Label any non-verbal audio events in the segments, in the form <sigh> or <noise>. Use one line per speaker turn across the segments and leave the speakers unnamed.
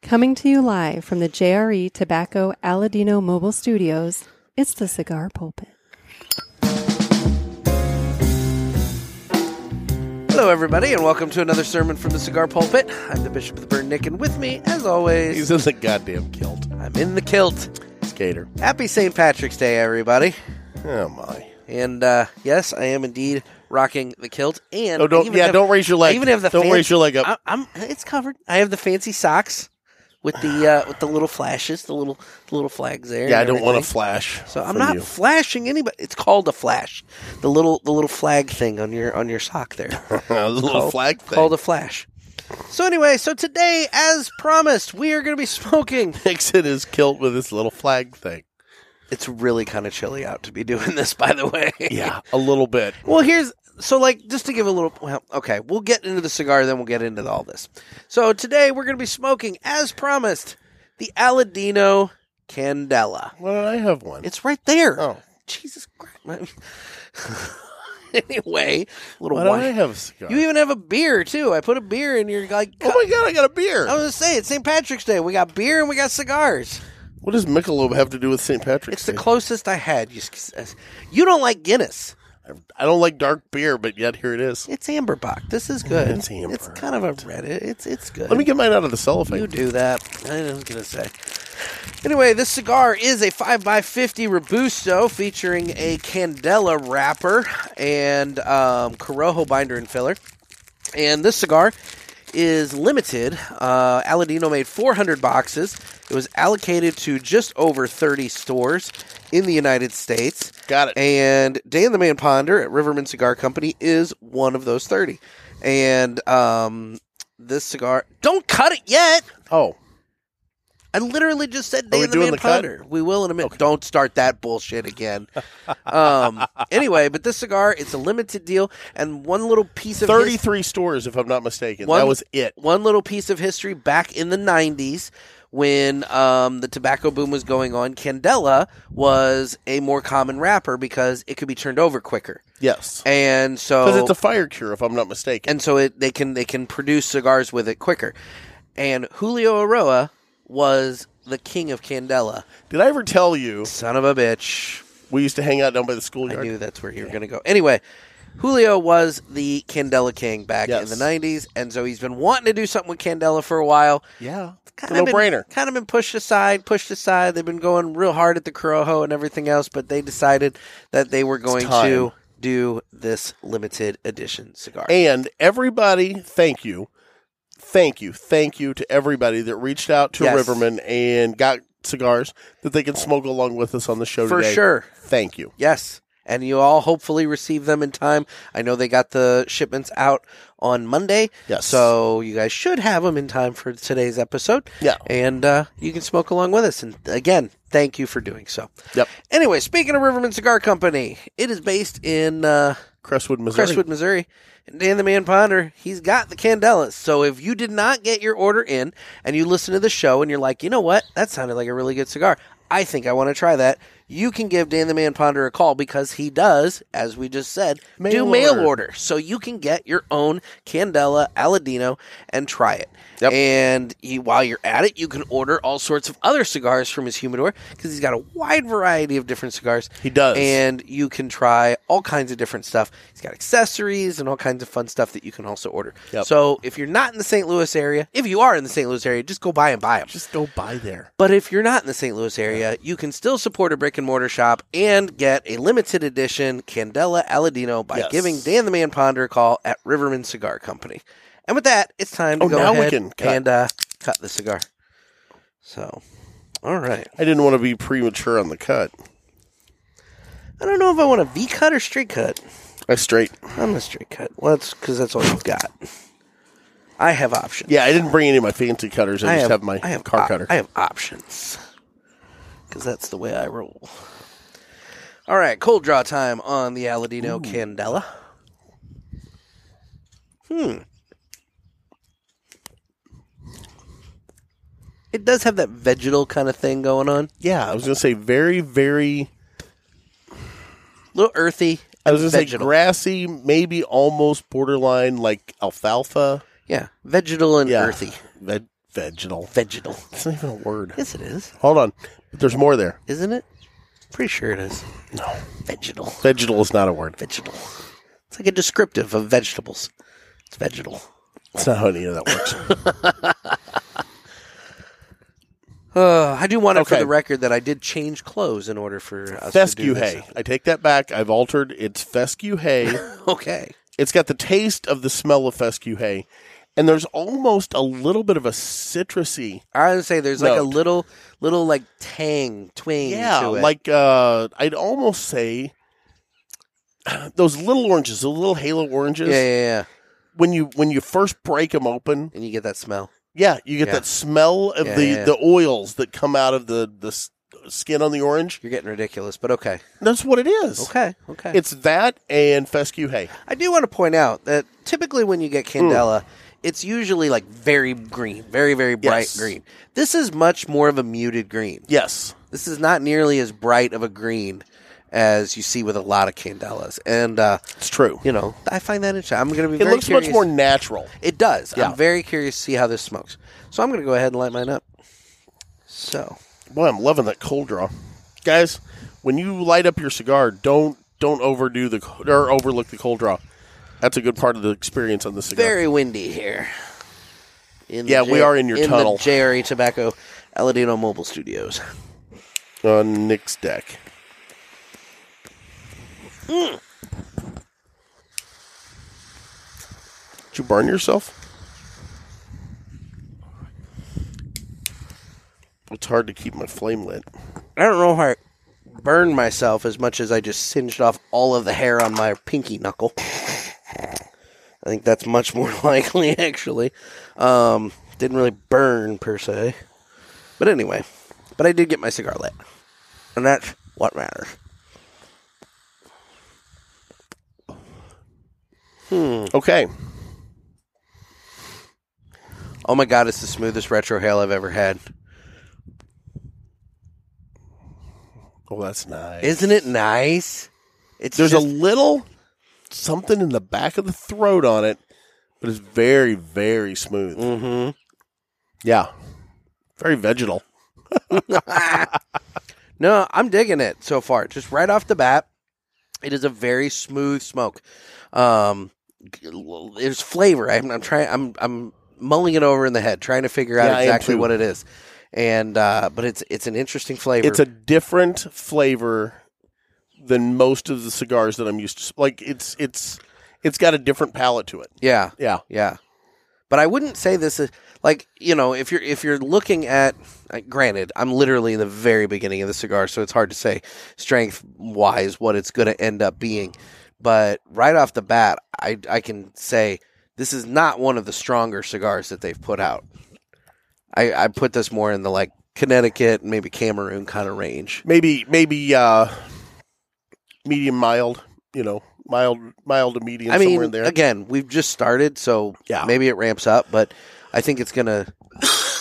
Coming to you live from the JRE Tobacco Aladino Mobile Studios, it's the Cigar Pulpit.
Hello, everybody, and welcome to another sermon from the Cigar Pulpit. I'm the Bishop of the Burn Nick, and with me, as always,
He's in the goddamn kilt.
I'm in the kilt.
Skater.
Happy St. Patrick's Day, everybody.
Oh my.
And uh, yes, I am indeed rocking the kilt. And
Oh,
I
don't-
even
yeah,
have-
don't raise your leg.
I even have the
Don't
fan-
raise your leg up.
I, am It's covered. I have the fancy socks with the uh, with the little flashes, the little the little flags there.
Yeah, I
and
don't want to
everything.
flash.
So I'm
from
not
you.
flashing anybody. It's called a flash. The little the little flag thing on your on your sock
<laughs>
there.
a little
called-
flag thing. <laughs>
Called a flash. So anyway, so today, as promised, we are going to be <laughs> smoking.
Nick's in his kilt with his little flag thing.
It's really kind of chilly out to be doing <laughs> this, by the way.
Yeah, <laughs> a little bit.
Well, here's so like just to give a little. Well, okay, we'll get into the cigar, then we'll get into all this. So today we're going to be smoking, as promised, the Aladino Candela.
Why don't I have one?
It's right there.
oh,
Jesus Christ! <laughs> anyway, little
why don't I
wine.
have a cigar?
You even have a beer too. I put a beer in your like.
oh
cup.
my god, I got a beer.
I was gonna say it's St. Patrick's Day. We got beer and we got cigars.
What does Michelob have to do with St. Patrick's?
It's the
Day?
closest I had. You, s- uh, you don't like Guinness.
I don't like dark beer, but yet here it is.
It's Amberbuck. This is good.
Oh, It's Amber.
It's kind of a red. it- It's it's good.
Let me get mine out of the cellophane.
you do that. I was gonna say. Anyway, this cigar is a 5x50 Robusto featuring a Candela wrapper and um, Corojo binder and filler. And this cigar is limited. Uh, Aladino made 400 boxes. It was allocated to just over 30 stores in the United States.
Got
<laughs>
it.
And Dan the Man Ponder at Riverman Cigar Company is one of those 30. And um, this cigar, don't cut it yet.
oh,
I literally just said Dan
we
the
doing
Man
the cut?
Ponder. We will in a minute. Don't start that bullshit again.
<laughs>
um, anyway, but this cigar, it's a limited deal, and one little piece of his-
thirty-three stores, if I'm not mistaken.
One-
that was it.
one little piece of history back in the 90s when um, the tobacco boom was going on candela was a more common wrapper because it could be turned over quicker
Yes,
and
because
so
it's a fire cure, if I'm not mistaken.
and so it, they can they can produce cigars with it quicker and julio aroa was the king of candela
Did I ever tell you
son of a bitch
we used to hang out down by the
I
schoolyard?
knew that's where you were going to go. Anyway, Julio was the Candela king back
Yes.
in the '90s, and so he's been wanting to do something with Candela for a while.
Yeah. It's
Kind
a
of been-
no-brainer.
Kind of been pushed aside, pushed aside. They've been going real hard at the Corojo and everything else, but they decided that they were going
time.
to do this limited edition cigar.
And everybody, thank you. Thank you. Thank you to everybody that reached out to
Yes.
Riverman and got cigars that they can smoke along with us on the show
For
today.
sure.
Thank you.
Yes. And you all hopefully receive them in time. I know they got the shipments out on Monday.
Yes.
So you guys should have them in time for today's episode.
Yeah.
And uh, you can smoke along with us. And again, thank you for doing so.
Yep.
Anyway, speaking of Riverman Cigar Company, it is based in uh,
Crestwood, Missouri.
Crestwood, Missouri. And Dan the Man Ponder, he's got the Candelas. So if you did not get your order in and you listen to the show and you're like, you know what? That sounded like a really good cigar. I think I want to try that. You can give Dan the Man Ponder a call because he does, as we just said,
Mail
do mail
order.
order. So you can get your own Candela Aladino and try it.
Yep.
And you, while you're at it, you can order all sorts of other cigars from his humidor because he's got a wide variety of different cigars
He does.
and you can try all kinds of different stuff. He's got accessories and all kinds of fun stuff that you can also order.
Yep.
So if you're not in the St. Louis area, if you are in the St. Louis area, just go buy and buy them.
Just go by there.
But if you're not in the St. Louis area, you can still support a brick and mortar shop and get a limited edition Candela Aladino by
Yes.
giving Dan the Man Ponder a call at Riverman Cigar Company. And with that, it's time to
Oh,
go
now we
ahead
can cut.
and uh, cut the cigar. So, all right.
I didn't want to be premature on the cut.
I don't know if I want a V cut or straight cut.
I straight.
I'm a straight cut. Well, that's because that's all you've got. I have options.
Yeah, I didn't bring any of my fancy cutters. I, just have, my
I have
car
op-
cutter.
I have options because that's the way I roll. All right, cold draw time on the Aladino Candela. Hmm. It does have that vegetal kind of thing going on.
yeah, I was going to say very, very.
A little earthy.
I was going to say
Vegetal.
grassy, maybe almost borderline like alfalfa.
Yeah, vegetal and
Yeah.
earthy.
Ve- Vegetal.
Vegetal.
It's not even a word.
Yes, it is.
Hold on. But there's more there.
Isn't it? Pretty sure it is.
No.
Vegetal.
Vegetal is not a word.
Vegetal. It's like a descriptive of vegetables. It's vegetal.
It's not how any of that
<laughs>
works.
Uh, I do want it for
Okay.
the record that I did change clothes in order for us to
fescue
do this.
hay. I take that back. I've altered. It's fescue hay.
<laughs> Okay.
it's got the taste of the smell of fescue hay. And there's almost a little bit of a citrusy.
I would say there's like a
Note.
little, little like tang, twang.
Yeah,
to it.
like uh, I'd almost say <sighs> those little oranges, the little halo oranges.
yeah, yeah, yeah.
When you when you first break them open,
And you get that smell.
yeah, you get
Yeah.
that smell of
Yeah,
the
yeah, yeah.
the oils that come out of the the s- skin on the orange.
You're getting ridiculous, but okay,
That's what it is.
okay, okay.
<laughs> It's that and fescue hay.
I do want to point out that typically when you get candela, it's usually like very green, very very bright
Yes.
green. This is much more of a muted green.
Yes.
This is not nearly as bright of a green as you see with a lot of candelas, and uh,
It's true.
you know I find that interesting. I'm going to be.
It
very
looks
curious-
much more natural.
It does.
Yeah.
I'm very curious to see how this smokes. So I'm going to go ahead and light mine up. So
Boy, I'm loving that cold draw, guys. When you light up your cigar, don't don't overdo the or overlook the cold draw. That's a good part of the experience on the cigar.
very windy here. In the
Yeah, we
J-
are in your
in
tunnel.
The Jerry Tobacco Aladino Mobile Studios.
on Nick's deck.
Mm.
Did you burn yourself? It's hard to keep my flame lit.
I don't know how I burned myself as much as I just singed off all of the hair on my pinky knuckle. I think that's much more <laughs> likely, actually. Um, didn't really burn per se, but anyway, but I did get my cigar lit, and that's what matters. Mm.
Okay,
Oh my god, it's the smoothest retro hail I've ever had.
Oh, that's nice.
Isn't it nice? It's
There's
just-
a little something in the back of the throat on it, but it's very, very smooth. Mm-hmm. Yeah. Very vegetal.
No, I'm digging it so far. Just right off the bat, it is a very smooth smoke. Um, there's flavor. I'm, I'm trying. I'm I'm mulling it over in the head, trying to figure out
Yeah, I am
exactly
too.
what it is. And uh, but it's it's an interesting flavor.
It's a different flavor than most of the cigars that I'm used to. Like it's it's it's got a different palate to it.
yeah.
Yeah.
Yeah. But I wouldn't say this is like you know if you're if you're looking at uh, granted I'm literally in the very beginning of the cigar so it's hard to say strength wise what it's going to end up being but right off the bat I I can say this is not one of the stronger cigars that they've put out I I put this more in the like Connecticut maybe Cameroon kind of range
Maybe maybe uh medium mild, you know, mild mild to medium
I
somewhere
mean
in there.
again we've just started so
Yeah.
maybe it ramps up but I think it's going
<laughs>
to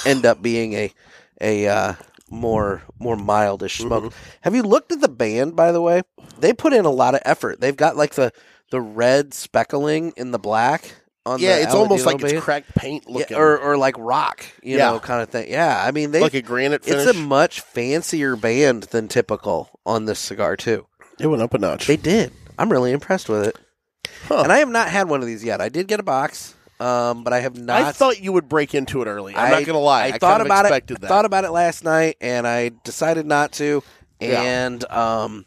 end up being a a uh, more more mildish smoke.
Mm-hmm.
Have you looked at the band by the way? They put in a lot of effort. They've got like the the red speckling in the black on
yeah,
the
it's almost
Aladino
like it's
band.
cracked paint
Yeah,
looking
or or like rock, you
Yeah.
know, kind of thing. Yeah, I mean they
like a granite finish.
it's a much fancier band than typical on this cigar too.
it went up a notch.
They did. I'm really impressed with it.
Huh.
And I have not had one of these yet. I did get a box, um, but I have not.
I thought you would break into it early. I'm
I-
not gonna lie.
I,
I,
thought
kind of
about
expected
it.
that.
I thought about it last night, and I decided not to.
Yeah.
And um,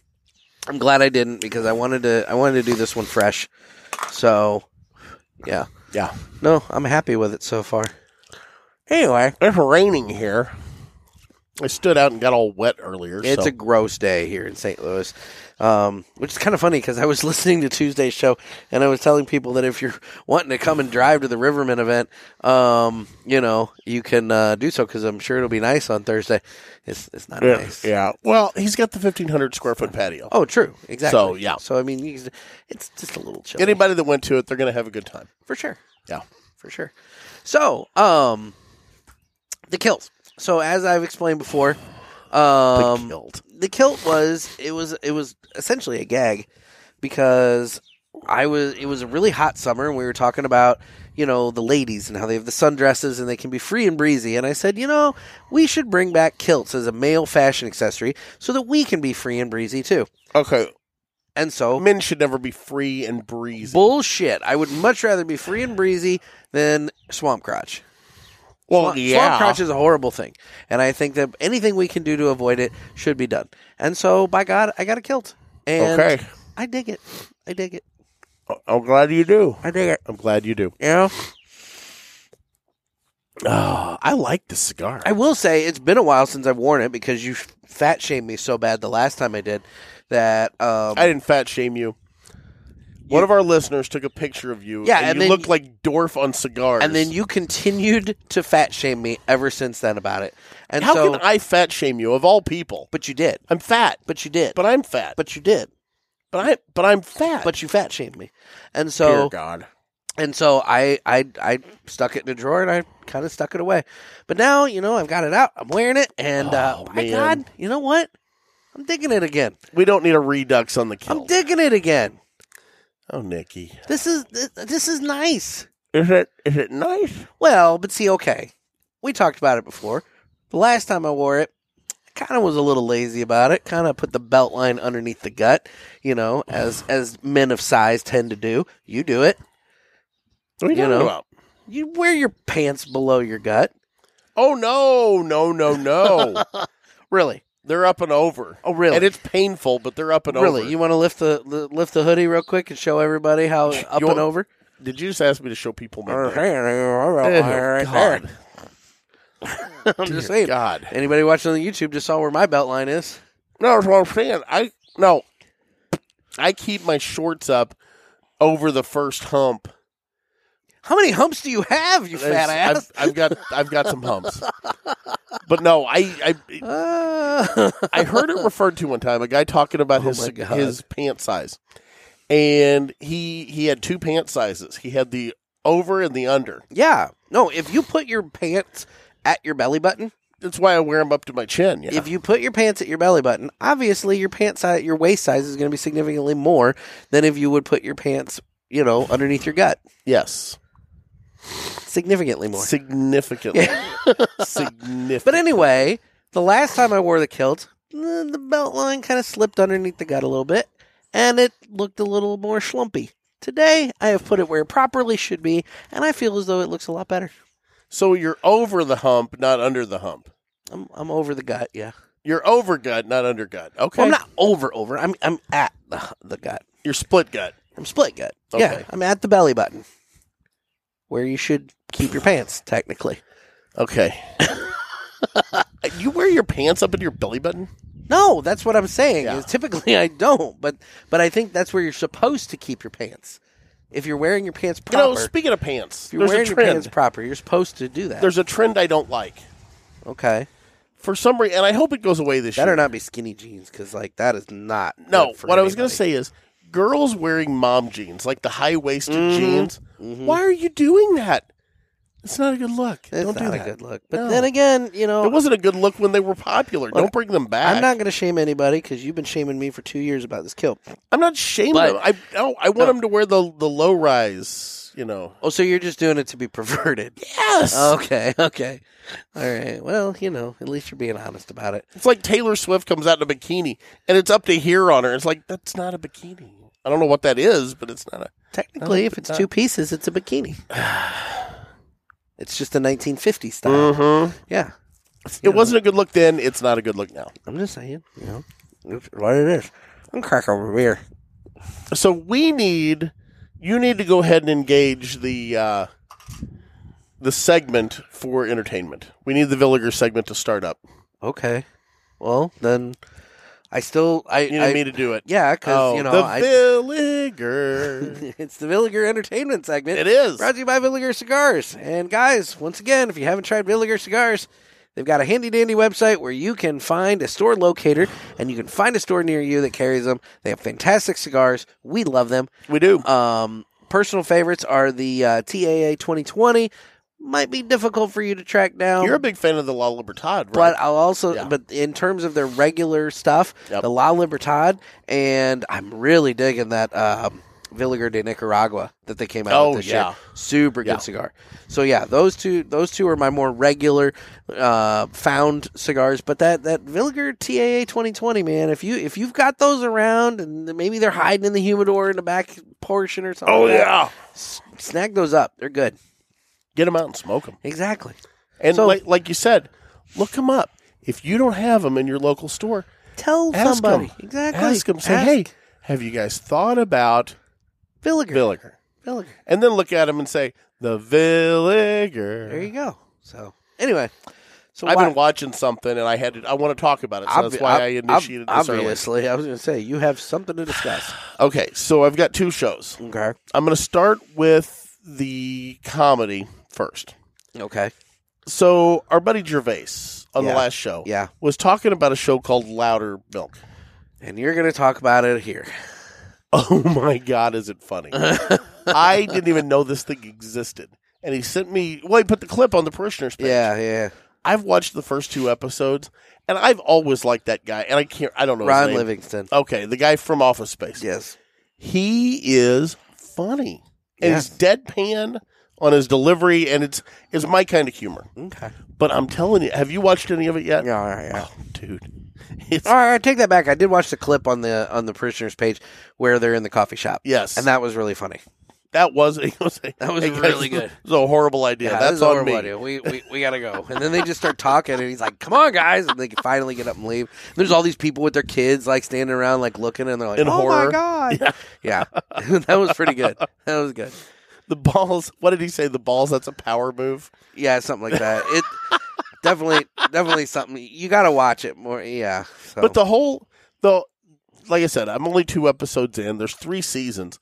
I'm glad I didn't because I wanted to. I wanted to do this one fresh. So, yeah,
yeah,
no, I'm happy with it so far. Anyway,
it's raining here. I stood out and got all wet earlier.
it's
so.
a gross day here in St. Louis, um, which is kind of funny because I was <laughs> listening to Tuesday's show and I was telling people that if you're <laughs> wanting to come and drive to the Riverman event, um, you know, you can uh, do so because I'm sure it'll be nice on Thursday. It's it's not
yeah,
nice.
yeah. Well, he's got the 1500 square foot patio.
Oh, true. Exactly.
So, yeah.
So I mean, you can- it's just a little chilly
Anybody that went to it, they're going to have a good time.
for sure,
Yeah.
for sure. So, um, the kills. So as I've explained before, um,
killed.
the kilt was it was it was essentially a gag because I was it was a really hot summer and we were talking about, you know, the ladies and how they have the sundresses and they can be free and breezy and I said, you know, we should bring back kilts as a male fashion accessory so that we can be free and breezy too.
Okay,
And so
men should never be free and breezy.
bullshit. I would much rather be free and breezy than swamp crotch.
well,
Swamp- Swamp crotch is a horrible thing. And I think that anything we can do to avoid it should be done. And so by God, I got a kilt. And
Okay.
I dig it. I dig it.
I'm glad you do.
I dig it.
I'm glad you do.
You know?
Oh, I like the cigar.
I will say it's been a while since I've worn it because you fat shamed me so bad the last time I did that. Um,
I didn't fat shame you. One of our listeners took a picture of you.
Yeah,
and,
and
you
then-
looked like Dorf on cigars.
and then you continued to fat shame me ever since then about it. And
how
so,
can I fat shame you of all people?
but you did.
I'm fat,
But you did.
but I'm fat,
but you did.
but I but I'm fat.
But you fat shamed me. And
dear
so
God,
and so I I I stuck it in a drawer and I kind of stuck it away. But now you know I've got it out. I'm wearing it, and uh,
Oh,
my
man.
God, you know what? I'm digging it again.
we don't need a redux on the
I'm
kilt.
digging it again.
oh, Nikki,
This is this, this is nice.
is it is it nice?
Well, but see, okay, we talked about it before. The last time I wore it, I kind of was a little lazy about it. Kind of put the belt line underneath the gut, you know,
<sighs>
as as men of size tend to do. You do it.
What are you
You
talking
know.
about?
You wear your pants below your gut.
Oh no, no, no,
<laughs>
no!
Really?
they're up and over,
Oh, really?
and it's painful, but they're up and
really?
over.
You want to lift the li- lift the hoodie real quick and show everybody how up
want-
and over?
Did you just ask me to show people my? dick? Oh,
Right there.
God. <laughs>
I'm just
Dear
saying.
God.
Anybody watching on YouTube just saw where my belt line is.
No, that's what I'm saying. I no, I keep my shorts up over the first hump.
How many humps do you have, you fat
I've-
ass?
I've, got I've got some humps, but no, I I,
Uh,
I heard it referred to one time. A guy talking about his
Oh, my God.
his pant size, and he he had two pant sizes. He had the over and the under.
<laughs> yeah. No, if you put your pants at your belly button,
That's why I wear them up to my chin. Yeah.
if you put your pants at your belly button, obviously your pants size, your waist size is going to be significantly more than if you would put your pants, you know, underneath your gut.
yes,
Significantly more.
significantly,
<laughs>
significant.
But anyway, the last time I wore the kilt, the the belt line kind of slipped underneath the gut a little bit, and it looked a little more schlumpy. Today, I have put it where it properly should be, and I feel as though it looks a lot better.
so you're over the hump, not under the hump.
I'm, I'm over the gut, yeah.
You're over gut, not under gut. Okay.
Well, I'm not over over. I'm I'm at the, the gut.
You're split gut.
I'm split gut. Yeah,
Okay.
I'm at the belly button, where you should keep your pants technically.
Okay.
<laughs>
you wear your pants up into your belly button?
No, that's what I'm saying.
Yeah.
Is typically <laughs> I don't, but but I think that's where you're supposed to keep your pants. If you're wearing your pants
You
proper,
know, speaking of pants,
if you're
there's a
wearing your pants
trend.
proper, you're supposed to do that.
There's a trend I don't like.
okay,
For some reason, and I hope it goes away this
better
year.
not be skinny jeans because like that is not
no,
good for
what I was going to
anybody.
say is girls wearing mom jeans, like the high waisted
Mm-hmm.
jeans. Why are you doing that? It's not a good look.
It's
don't do
not
that.
a good look. But
No.
then again, you know,
It wasn't a good look when they were popular. don't bring them back.
I'm not going to shame anybody because you've been shaming me for two years about this kilt.
I'm not shaming
But-
them. I no, I want them to wear the the low rise. You know. Uh,
Oh, so you're just doing it to be perverted?
Yes.
Okay, okay, all right. Well, you know, at least you're being honest about it.
It's like Taylor Swift comes out in a bikini and it's up to here on her. It's like that's not a bikini. I don't know what that is, but it's not a
Technically,
No,
if it's
not-
two pieces, it's a bikini. <sighs> it's just a 1950s style.
Mm-hmm.
Yeah,
It wasn't a good look then, it's not a good look now.
I'm just saying. You know, it's what it is. I'm crack over beer.
So we need you need to go ahead and engage the uh the segment for entertainment. We need the Villiger segment to start up.
Okay. Well, then I still I,
You need
I
me to do it.
yeah because
Oh,
you know
the
I,
Villiger.
<laughs> it's the Villiger Entertainment segment.
it is.
Brought to you by Villiger Cigars. And guys, once again, if you haven't tried Villiger Cigars, they've got a handy dandy website where you can find a store locator and you can find a store near you that carries them. They have fantastic cigars. We love them.
We do.
Um, personal favorites are the uh, TAA 2020. Might be difficult for you to track down.
You're a big fan of the La Libertad, right?
But I'll also,
Yeah.
but in terms of their regular stuff,
Yep.
the La Libertad, and I'm really digging that um, Villager de Nicaragua that they came out
Oh,
with this
yeah.
year. Super
Yeah.
good cigar. So yeah, those two those two are my more regular uh, found cigars. But that that Villager TAA 2020 man, if you if you've got those around and maybe they're hiding in the humidor in the back portion or something.
Oh
like that,
yeah,
s- snag those up. They're good.
get them out and smoke them.
Exactly.
And
So-
like like you said, look them up. If you don't have them in your local store,
Tell
ask
somebody.
'em.
Exactly.
Ask them. Say, hey, have you guys thought about
Villager.
Villiger?
Villager.
And then look at them and say, the Villiger.
There you go. So anyway, so
I've
why-
been watching something and I had to, I want to talk about it, so that's
Obvi-
why
ob-
I initiated
ob-
this
Obviously, I was going to say you have something to
<sighs>
discuss.
early. Okay, so I've got two shows.
okay.
I'm going to start with the comedy first.
Okay.
So our buddy Gervais on
Yeah.
the last show
Yeah.
was talking about a show called Louder Milk. <laughs>
And you're going to talk about it here.
Oh my God, is
<laughs>
it funny? I didn't even know this thing existed. And he sent me, well, he put the clip on the parishioners page.
Yeah. Yeah.
I've watched the first two episodes and I've always liked that guy. And I can't, I don't know his
Ron
name.
Livingston.
Okay, the guy from Office Space.
Yes.
He is funny. And
Yes.
he's deadpan on his delivery and it's it's my kind of humor.
Okay.
But I'm telling you, have you watched any of it yet?
Yeah. All right.
<laughs>
Yeah.
Oh, dude. It's
All right, I take that back. I did watch the clip on the on the prisoners page where they're in the coffee shop.
Yes.
and that was really funny.
that was <laughs> it was a,
That was
hey, guys,
really good.
It was a horrible idea.
Yeah,
That's
this is a
on
horrible
me.
idea. We,
<laughs>
we we gotta go. And then they just start talking, and he's like, "Come on, guys!" And they can finally get up and leave. And there's all these people with their kids, like standing around, like looking, and they're like,
In
"Oh
horror.
my god!" <laughs> Yeah, <laughs> that was pretty good. That was good.
The balls. What did he say? The balls. That's a power move.
Yeah, something like that.
<laughs>
It definitely definitely something you gotta watch it more. Yeah, so.
But the whole the like I said, I'm only two episodes in. There's three seasons,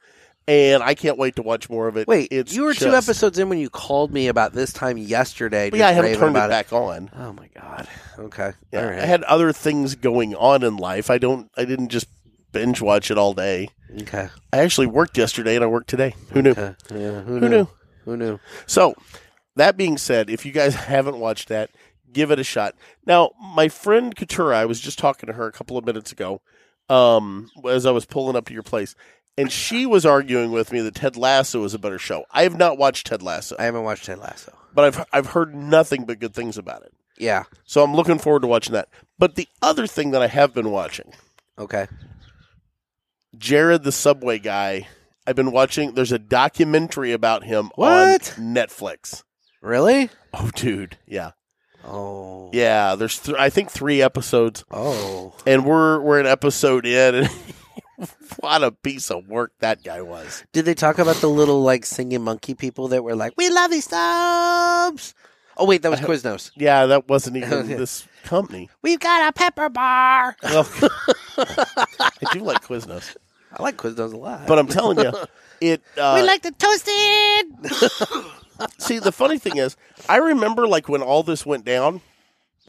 and I can't wait to watch more of it.
wait,
it's
you were two
just-
episodes in when you called me about this time yesterday.
But yeah, I
just
haven't
raving
turned it
about
back on.
Oh my god. Okay.
Yeah,
All right.
I had other things going on in life. I don't. I didn't just binge watch it all day.
okay.
I actually worked yesterday and I worked today. Who knew?
Okay. Yeah. Who,
Who
knew?
knew?
Who knew?
So, that being said, if you guys <laughs> haven't watched that, give it a shot. Now, my friend Katura, I was just talking to her a couple of minutes ago um, as I was pulling up to your place, and she was arguing with me that Ted Lasso is a better show. I have not watched Ted Lasso,
I haven't watched Ted Lasso.
but I've, I've heard nothing but good things about it.
Yeah.
So, I'm looking forward to watching that. But the other thing that I have been watching,
Okay.
Jared the Subway guy, I've been watching, there's a documentary about him
What?
on Netflix.
Really?
Oh, dude. Yeah.
Oh.
Yeah, there's th- I think three episodes,
Oh.
and we're we're an episode in, and <laughs> what a piece of work that guy was.
Did they talk about the little like singing monkey people that were like, "We love these subs"? Oh wait, that was Quiznos.
Yeah, that
<laughs>
wasn't even
Yeah.
this company.
We've got a pepper bar.
<laughs>
<laughs>
Well, I do like Quiznos,
I like Quiznos a lot.
but I'm telling you, it. Uh,
we like the toasted. <laughs>
see, the funny thing is, I remember like when all this went down,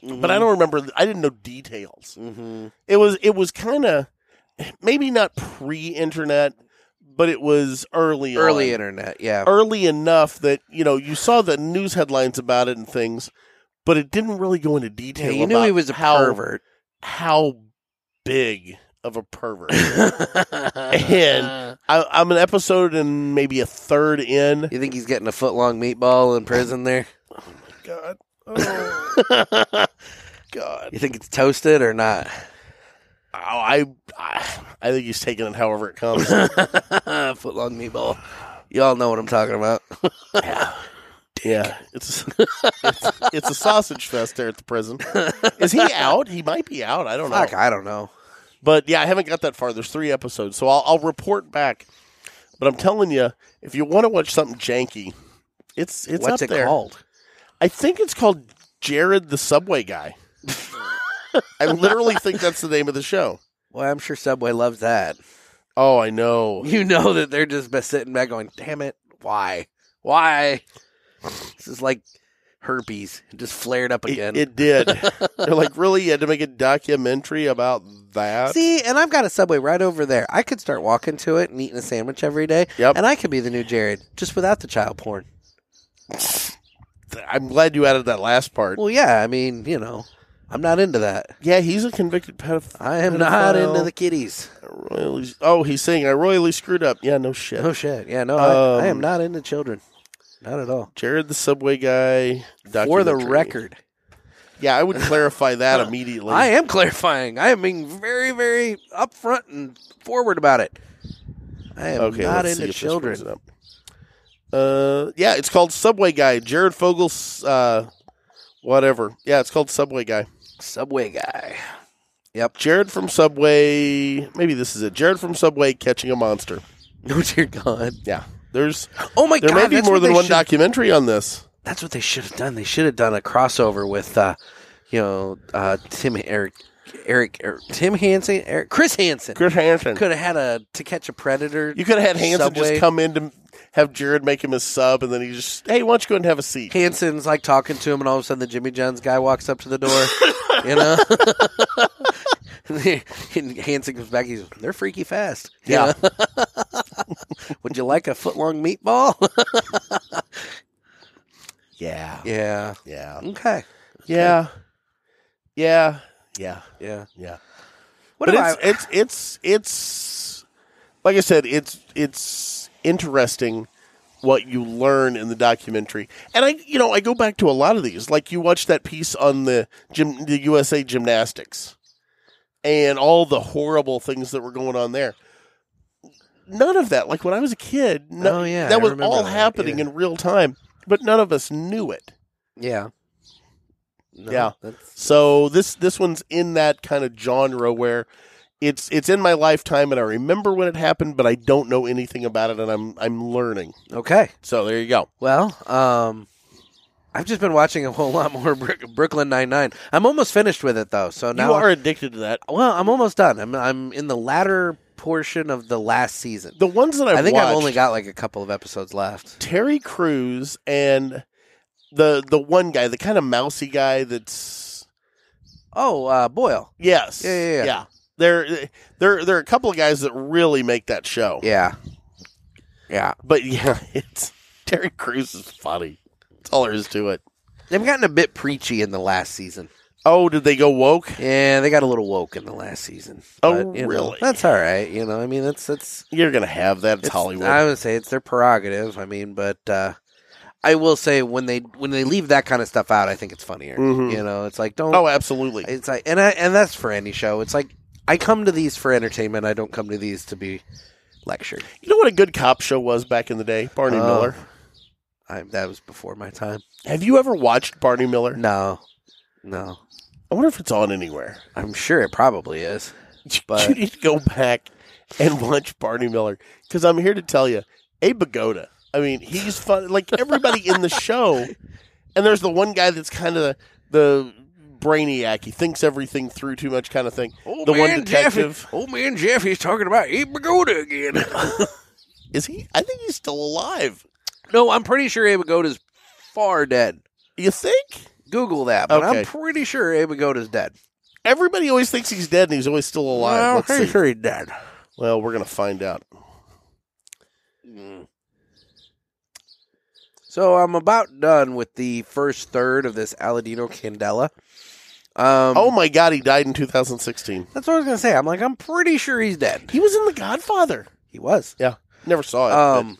but I don't remember. I didn't know details.
Mm-hmm.
It was it was kind of maybe not pre-internet, but it was early
Early
on.
internet, yeah.
early enough that you know you saw the news headlines about it and things, but it didn't really go into
Yeah,
detail.
you knew
about
he was a
how,
pervert. <laughs>
How big of
<laughs>
a pervert? And- I, I'm an episode and maybe a third in.
you think he's getting a foot long meatball in prison there?
God, oh,
<laughs>
God,
You think it's toasted or not? <laughs>
oh, I, I, I think he's taking it however
<laughs>
it comes.
foot long meatball. You all know what I'm talking about.
yeah, it's, it's it's a sausage fest there at the prison.
<laughs>
Is he out? He might be out. I don't know.
Fuck, I don't know.
But yeah, I haven't got that far. There's three episodes, so I'll, I'll report back. But I'm telling you, if you want to watch something janky, it's it's
What's
up
it
there.
called?
I think it's called Jared the Subway Guy. I literally think that's the name of the show.
Well, I'm sure Subway loves that. <laughs>
Oh, I know.
You know that they're just be- sitting back going, damn it, why? Why? This is like herpes. It just flared up
It,
again.
it did. They're like, really? You had to make a documentary about that?
See, and I've got a Subway right over there. I could start walking to it and eating a sandwich every day.
Yep.
And I could be the new Jared, just without the child porn.
I'm glad you added that last part.
Well, yeah, I mean, you know, I'm not into that.
Yeah, he's a convicted pedophile.
I am not into the kitties.
Royally, oh, he's saying I royally screwed up. Yeah, no shit.
Oh shit. Yeah, no, I, I am
Um,
not into children. Not at all.
Jared the Subway guy.
For the
documentary.
record, <laughs>
Yeah, I would clarify that immediately.
I am clarifying. I am being very, very upfront and forward about it. I am
okay,
not
let's see
into
if this brings it
children.
up. Uh, yeah, it's called Subway Guy. Jared Fogel's uh, whatever. Yeah, it's called Subway Guy.
Subway guy. <laughs>
Jared from Subway. Maybe this is it. Jared from Subway catching a monster.
No, dear God.
Yeah, there's
Oh my
there
God.
may be
that's
more
what
than
they
one
should-
documentary on this.
That's what they should have done. They should have done a crossover with, uh, you know, uh, Tim Eric, Eric, Eric Tim Hansen, Eric, Chris Hansen.
Chris Hansen.
Could have had a to catch a predator.
You could have had Hansen
Subway.
just come in to have Jared make him his sub, and then he just hey, why don't you go and have a seat?
Hansen's like talking to him, and all of a sudden the Jimmy John's guy walks up to the door. you know, <laughs> and Hansen comes back. He's they're freaky fast. You
Yeah.
know? Would you like a foot long meatball? <laughs>
Yeah,
<laughs> yeah.
yeah,
Okay.
yeah, yeah, yeah,
Yeah.
yeah.
What
But
do
it's,
I-
it's it's it's like I said, it's it's interesting what you learn in the documentary, and I you know I go back to a lot of these. Like you watch that piece on the gym, the USA gymnastics, and all the horrible things that were going on there. None of that, like when I was a kid, no,
Oh, yeah, I
that was
remember
all
that,
happening
yeah.
in real time, but none of us knew it.
Yeah. No,
Yeah.
That's,
So this this one's in that kind of genre where it's it's in my lifetime and I remember when it happened, but I don't know anything about it and I'm I'm learning.
okay.
So there you go.
Well, um, I've just been watching a whole <laughs> lot more Brook Brooklyn Nine Nine. I'm almost finished with it though, so now
you are addicted to that.
well, I'm almost done. I'm I'm in the latter portion of the last season.
The ones that I've
I think I've
watched,
only got like a couple of episodes left.
Terry Crews and the the one guy, the kind of mousy guy that's
Oh, uh, Boyle.
yes.
Yeah, yeah, yeah.
There there there are a couple of guys that really make that show.
Yeah, yeah.
But yeah, <laughs> it's Terry Crews is funny. That's all there is to it.
They've gotten a bit preachy in the last season.
Oh, did they go woke?
Yeah, they got a little woke in the last season.
Oh,
But, you know,
really?
that's all right. You know, I mean, that's that's
You're gonna have that. It's,
It's-
Hollywood.
I would say it's their prerogative. I mean, but uh, I will say when they when they leave that kind of stuff out, I think it's funnier.
Mhm.
You know, it's like don't.
oh, absolutely.
it's like and Mm-hmm. I and that's for any show. It's like I come to these for entertainment. I don't come to these to be lectured.
you know what a good cop show was back in the day? Barney
Oh.
Miller.
I, that was before my time.
Have you ever watched Barney Miller?
No, no.
I wonder if it's on anywhere.
I'm sure it probably is.
you
But-
need to go back and watch Barney Miller because I'm here to tell you, a Bagoda. I mean, he's fun. Like everybody in the show, and there's the one guy that's kind of the brainiac. He thinks everything through too much, kind of thing. the one detective
Old man Jeffy's talking about Abe Pagoda <laughs> again.
is he? I think he's still alive.
no, I'm pretty sure Abe Pagoda's far dead.
You think?
Google that, but I'm
Okay.
pretty sure Abe Pagoda's dead.
Everybody always thinks he's dead, and he's always still alive.
Well,
Let's
pretty
see.
sure he's dead.
Well, we're gonna find out.
Um, Mm. So I'm about done with the first third of this Aladino Candela. Um,
Oh my God, he died in 2016.
that's what I was gonna say. I'm like, I'm pretty sure he's dead.
He was in The Godfather.
He was.
Never saw it.
Um,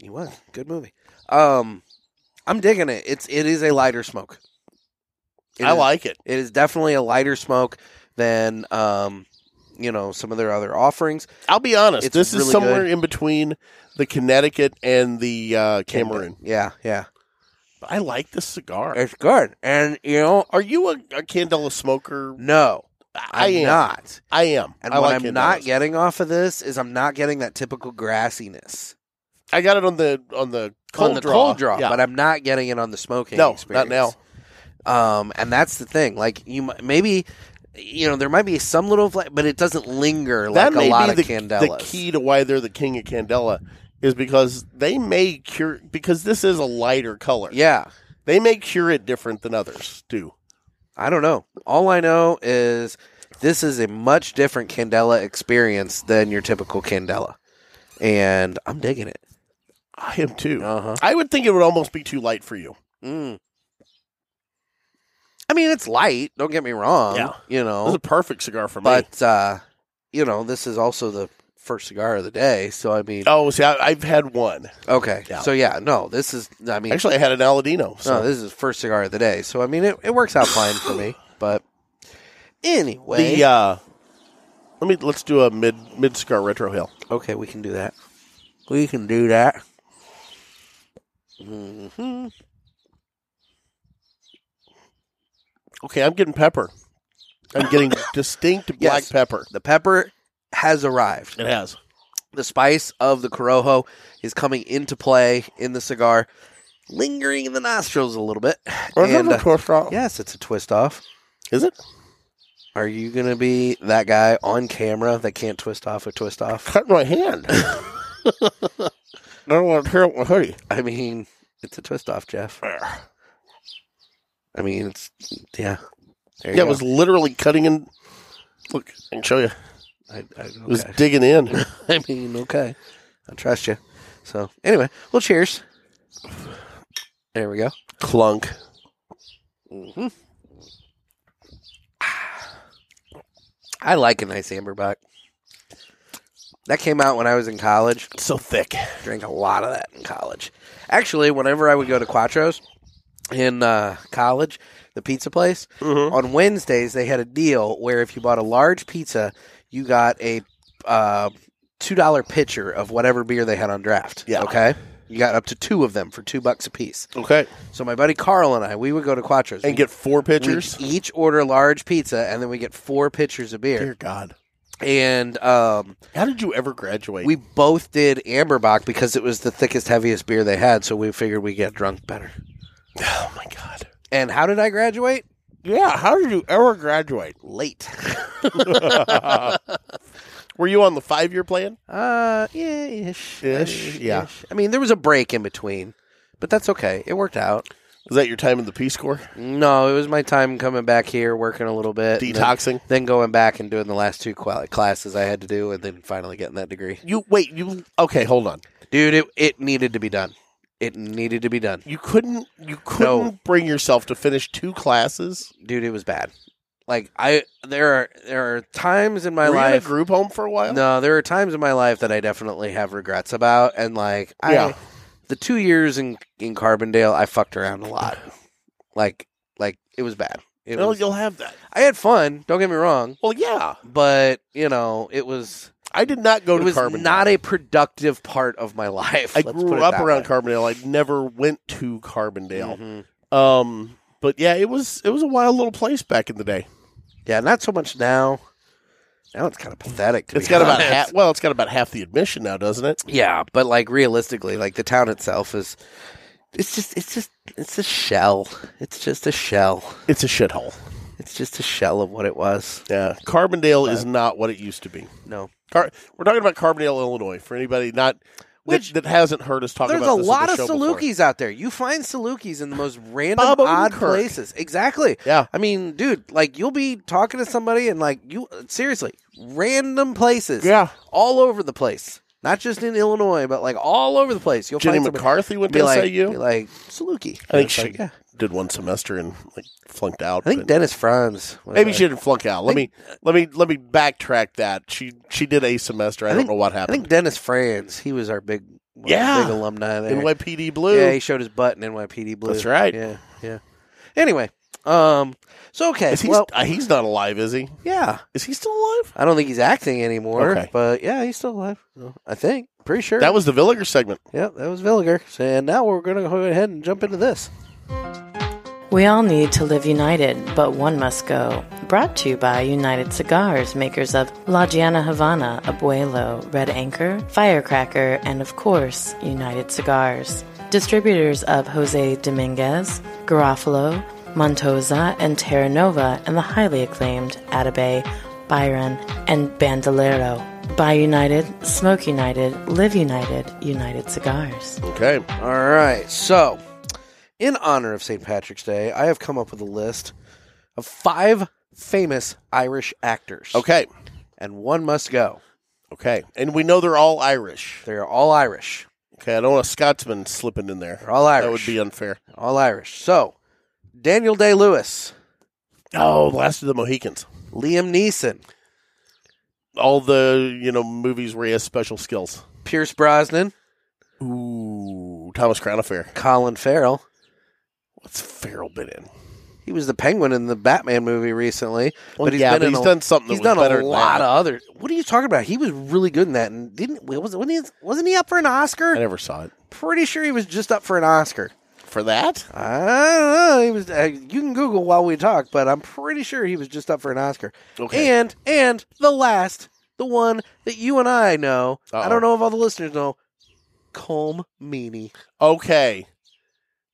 he was good movie. Um, I'm digging it. It's it is a lighter smoke.
but
It
I
is-
like it.
it is definitely a lighter smoke than um, you know, some of their other offerings.
I'll be honest.
It's
this
really
is somewhere in between the Connecticut and the uh, Cameroon.
Yeah, yeah,
I like this cigar.
it's good. And you know,
Are you a, a Candela smoker?
no,
I
I'm
am.
not.
I am.
And
I
what
like
I'm not
Candelas.
getting off of this is I'm not getting that typical grassiness
I got it on the on the cold
on the
draw.
cold draw,
Yeah.
but I'm not getting it on the smoking.
no,
experience.
not
Um, and that's the thing. Like you, mi- maybe you know there might be some little, fla- but it doesn't linger
now.
like
that may
a lot
be
of
the,
Candelas.
the key to why they're the king of Candela is because they may cure because this is a lighter color.
Yeah,
They may cure it different than others do.
I don't know. All I know is this is a much different Candela experience than your typical Candela, and I'm digging it.
I am too.
Uh huh.
I would think it would almost be too light for you.
Mm. I mean, it's light. Don't get me wrong.
Yeah.
You know,
This is a perfect cigar for me.
but uh, you know, this is also the first cigar of the day. So I mean,
Oh, see, I, I've had one.
okay.
Oh, Yeah.
So yeah, no, this is. I mean,
Actually, I had an Aladino. So
no, this is first cigar of the day. So I mean, it, it works out fine for me. But anyway,
the uh, let me let's do a mid mid cigar retro hill.
okay, we can do that. We can do that. hmm
Okay, I'm getting pepper. <laughs> I'm getting distinct black
Yes.
pepper.
The pepper has arrived.
It has.
the spice of the corojo is coming into play in the cigar, lingering in the nostrils a little bit. And, uh, yes, it's a twist off.
Is it?
Are you gonna be that guy on camera that can't twist off a twist off?
Cut my <laughs> hand. I don't want to tear up my hoodie.
I mean, it's a twist off, Jeff. I mean, it's yeah. There you
Yeah, it
go.
was literally cutting in. Look, I can show you. It
I, I, okay. <laughs>
was digging <laughs> in.
I mean, okay, I trust you. So anyway, well, cheers. There we go.
Clunk.
hmm I like a nice amberbuck. That came out when I was in college.
It's so thick.
Drank a lot of that in college. Actually, whenever I would go to Quattro's in uh, college, the pizza place,
Mm-hmm.
on Wednesdays they had a deal where if you bought a large pizza, you got a uh, two dollar pitcher of whatever beer they had on draft.
Yeah.
Okay. You got up to two of them for two bucks a piece.
Okay.
So my buddy Carl and I, we would go to Quattro's
And get four pitchers.
we each order a large pizza, and then we get four pitchers of beer.
Dear God.
And um,
How did you ever graduate?
we both did Amberbach because it was the thickest, heaviest beer they had. So we figured we get drunk better.
oh, my God.
And how did I graduate?
Yeah, how did you ever graduate?
Late.
<laughs> Were you on the five year plan?
Uh, yeah, ish,
Ish, yeah.
ish. I mean, there was a break in between, but that's okay. It worked out.
Is that your time in the Peace Corps?
No, it was my time coming back here, working a little bit, and then-
Detoxing?
then going back and doing the last two qual- classes I had to do, and then finally getting that degree.
You wait, you okay, hold on.
Dude, it it needed to be done. It needed to be done.
You couldn't you couldn't bring yourself to finish two classes.
dude, it was bad. Like I, there are there are times in my
Were you in a
life.
group home for a while?
No, there are times in my life that I definitely have regrets about, and like I,
Yeah.
the two years in in Carbondale, I fucked around a lot. Like, like it was bad. It
Well,
was,
you'll have that.
I had fun. Don't get me wrong,
Well, yeah.
but you know, it was
I did not go
it
to
was
Carbondale.
not a productive part of my <laughs> life.
I
Let's put
grew
it
up
that
around
way.
Carbondale. I never went to Carbondale.
Mhm.
Um but yeah, it was it was a wild little place back in the day.
Yeah, not so much now. Now it's kind of pathetic. To
It's
be
got about
honest.
half well, it's got about half the admission now, doesn't it?
Yeah, but like realistically, like the town itself is it's just it's just it's a shell. It's just a shell.
It's a shithole.
It's just a shell of what it was.
Yeah. Carbondale is not what it used to be.
No.
Car- we're talking about Carbondale, Illinois. For anybody not
Which-
that, that hasn't heard us talk
There's a
about this on
lot
the
of
show before.
Salukis out there. You find Salukis in the most random
Bob
odd
Odenkirk.
places. Exactly.
Yeah.
I mean, dude, like you'll be talking to somebody and like you seriously, random places.
Yeah.
All over the place. Not just in Illinois, but like all over the place. You'll
Jenny
find somebody
McCarthy went
be
to
like,
SIU.
be like Saluki.
I think
It's
she
like, yeah.
did one semester and like flunked out.
I think
but-
Dennis Franz. was
maybe
a-
she didn't flunk out. Let
think-
me let me let me backtrack that. She she did a semester. I,
I
don't
think-
know what
I
happened.
think Dennis Franz, he was our big, one of the
Yeah.
big alumni there.
NYPD Blue.
yeah, he showed his butt in NYPD Blue.
That's right.
Yeah, yeah. Anyway, um, so okay,
Is he,
well,
uh, he's not alive, is he?
yeah.
Is he still alive?
I don't think he's acting anymore,
Okay.
but yeah, he's still alive. so, I think, pretty sure.
That was the Villiger segment.
yep, that was Villiger. So, And now we're going to go ahead and jump into this.
We all need to live united, but one must go. Brought to you by United Cigars, makers of La Giana Havana, Abuelo, Red Anchor, Firecracker, and of course, United Cigars. Distributors of Jose Dominguez, Garofalo, Montosa, and Terra Nova, and the highly acclaimed Atabey, Byron, and Bandolero. Buy United, Smoke United, Live United, United Cigars.
Okay.
All right, so in honor of St. Patrick's Day, I have come up with a list of five famous Irish actors.
Okay.
and one must go.
Okay. And we know they're all Irish.
They are all Irish.
Okay. I don't want a Scotsman slipping in there.
They're all Irish.
That would be unfair.
All Irish. So, Daniel Day Lewis,
Oh, Last of the Mohicans.
Liam Neeson,
All the you know movies where he has special skills.
Pierce Brosnan,
Ooh, Thomas Crown Affair.
Colin Farrell.
What's Farrell been in?
He was the Penguin in the Batman movie recently, but he's
yeah,
been
but
in
he's
a,
done something. That
he's
was
done
better
a
than
lot
that.
of other. What are you talking about? He was really good in that, and didn't was wasn't he, wasn't he up for an Oscar?
I never saw it
Pretty sure he was just up for an Oscar.
for that.
I don't know. He was. Uh, you can Google while we talk, but I'm pretty sure he was just up for an Oscar.
Okay.
And and the last, the one that you and I know. I
Uh-oh.
don't know if all the listeners know. Colm Meaney.
Okay,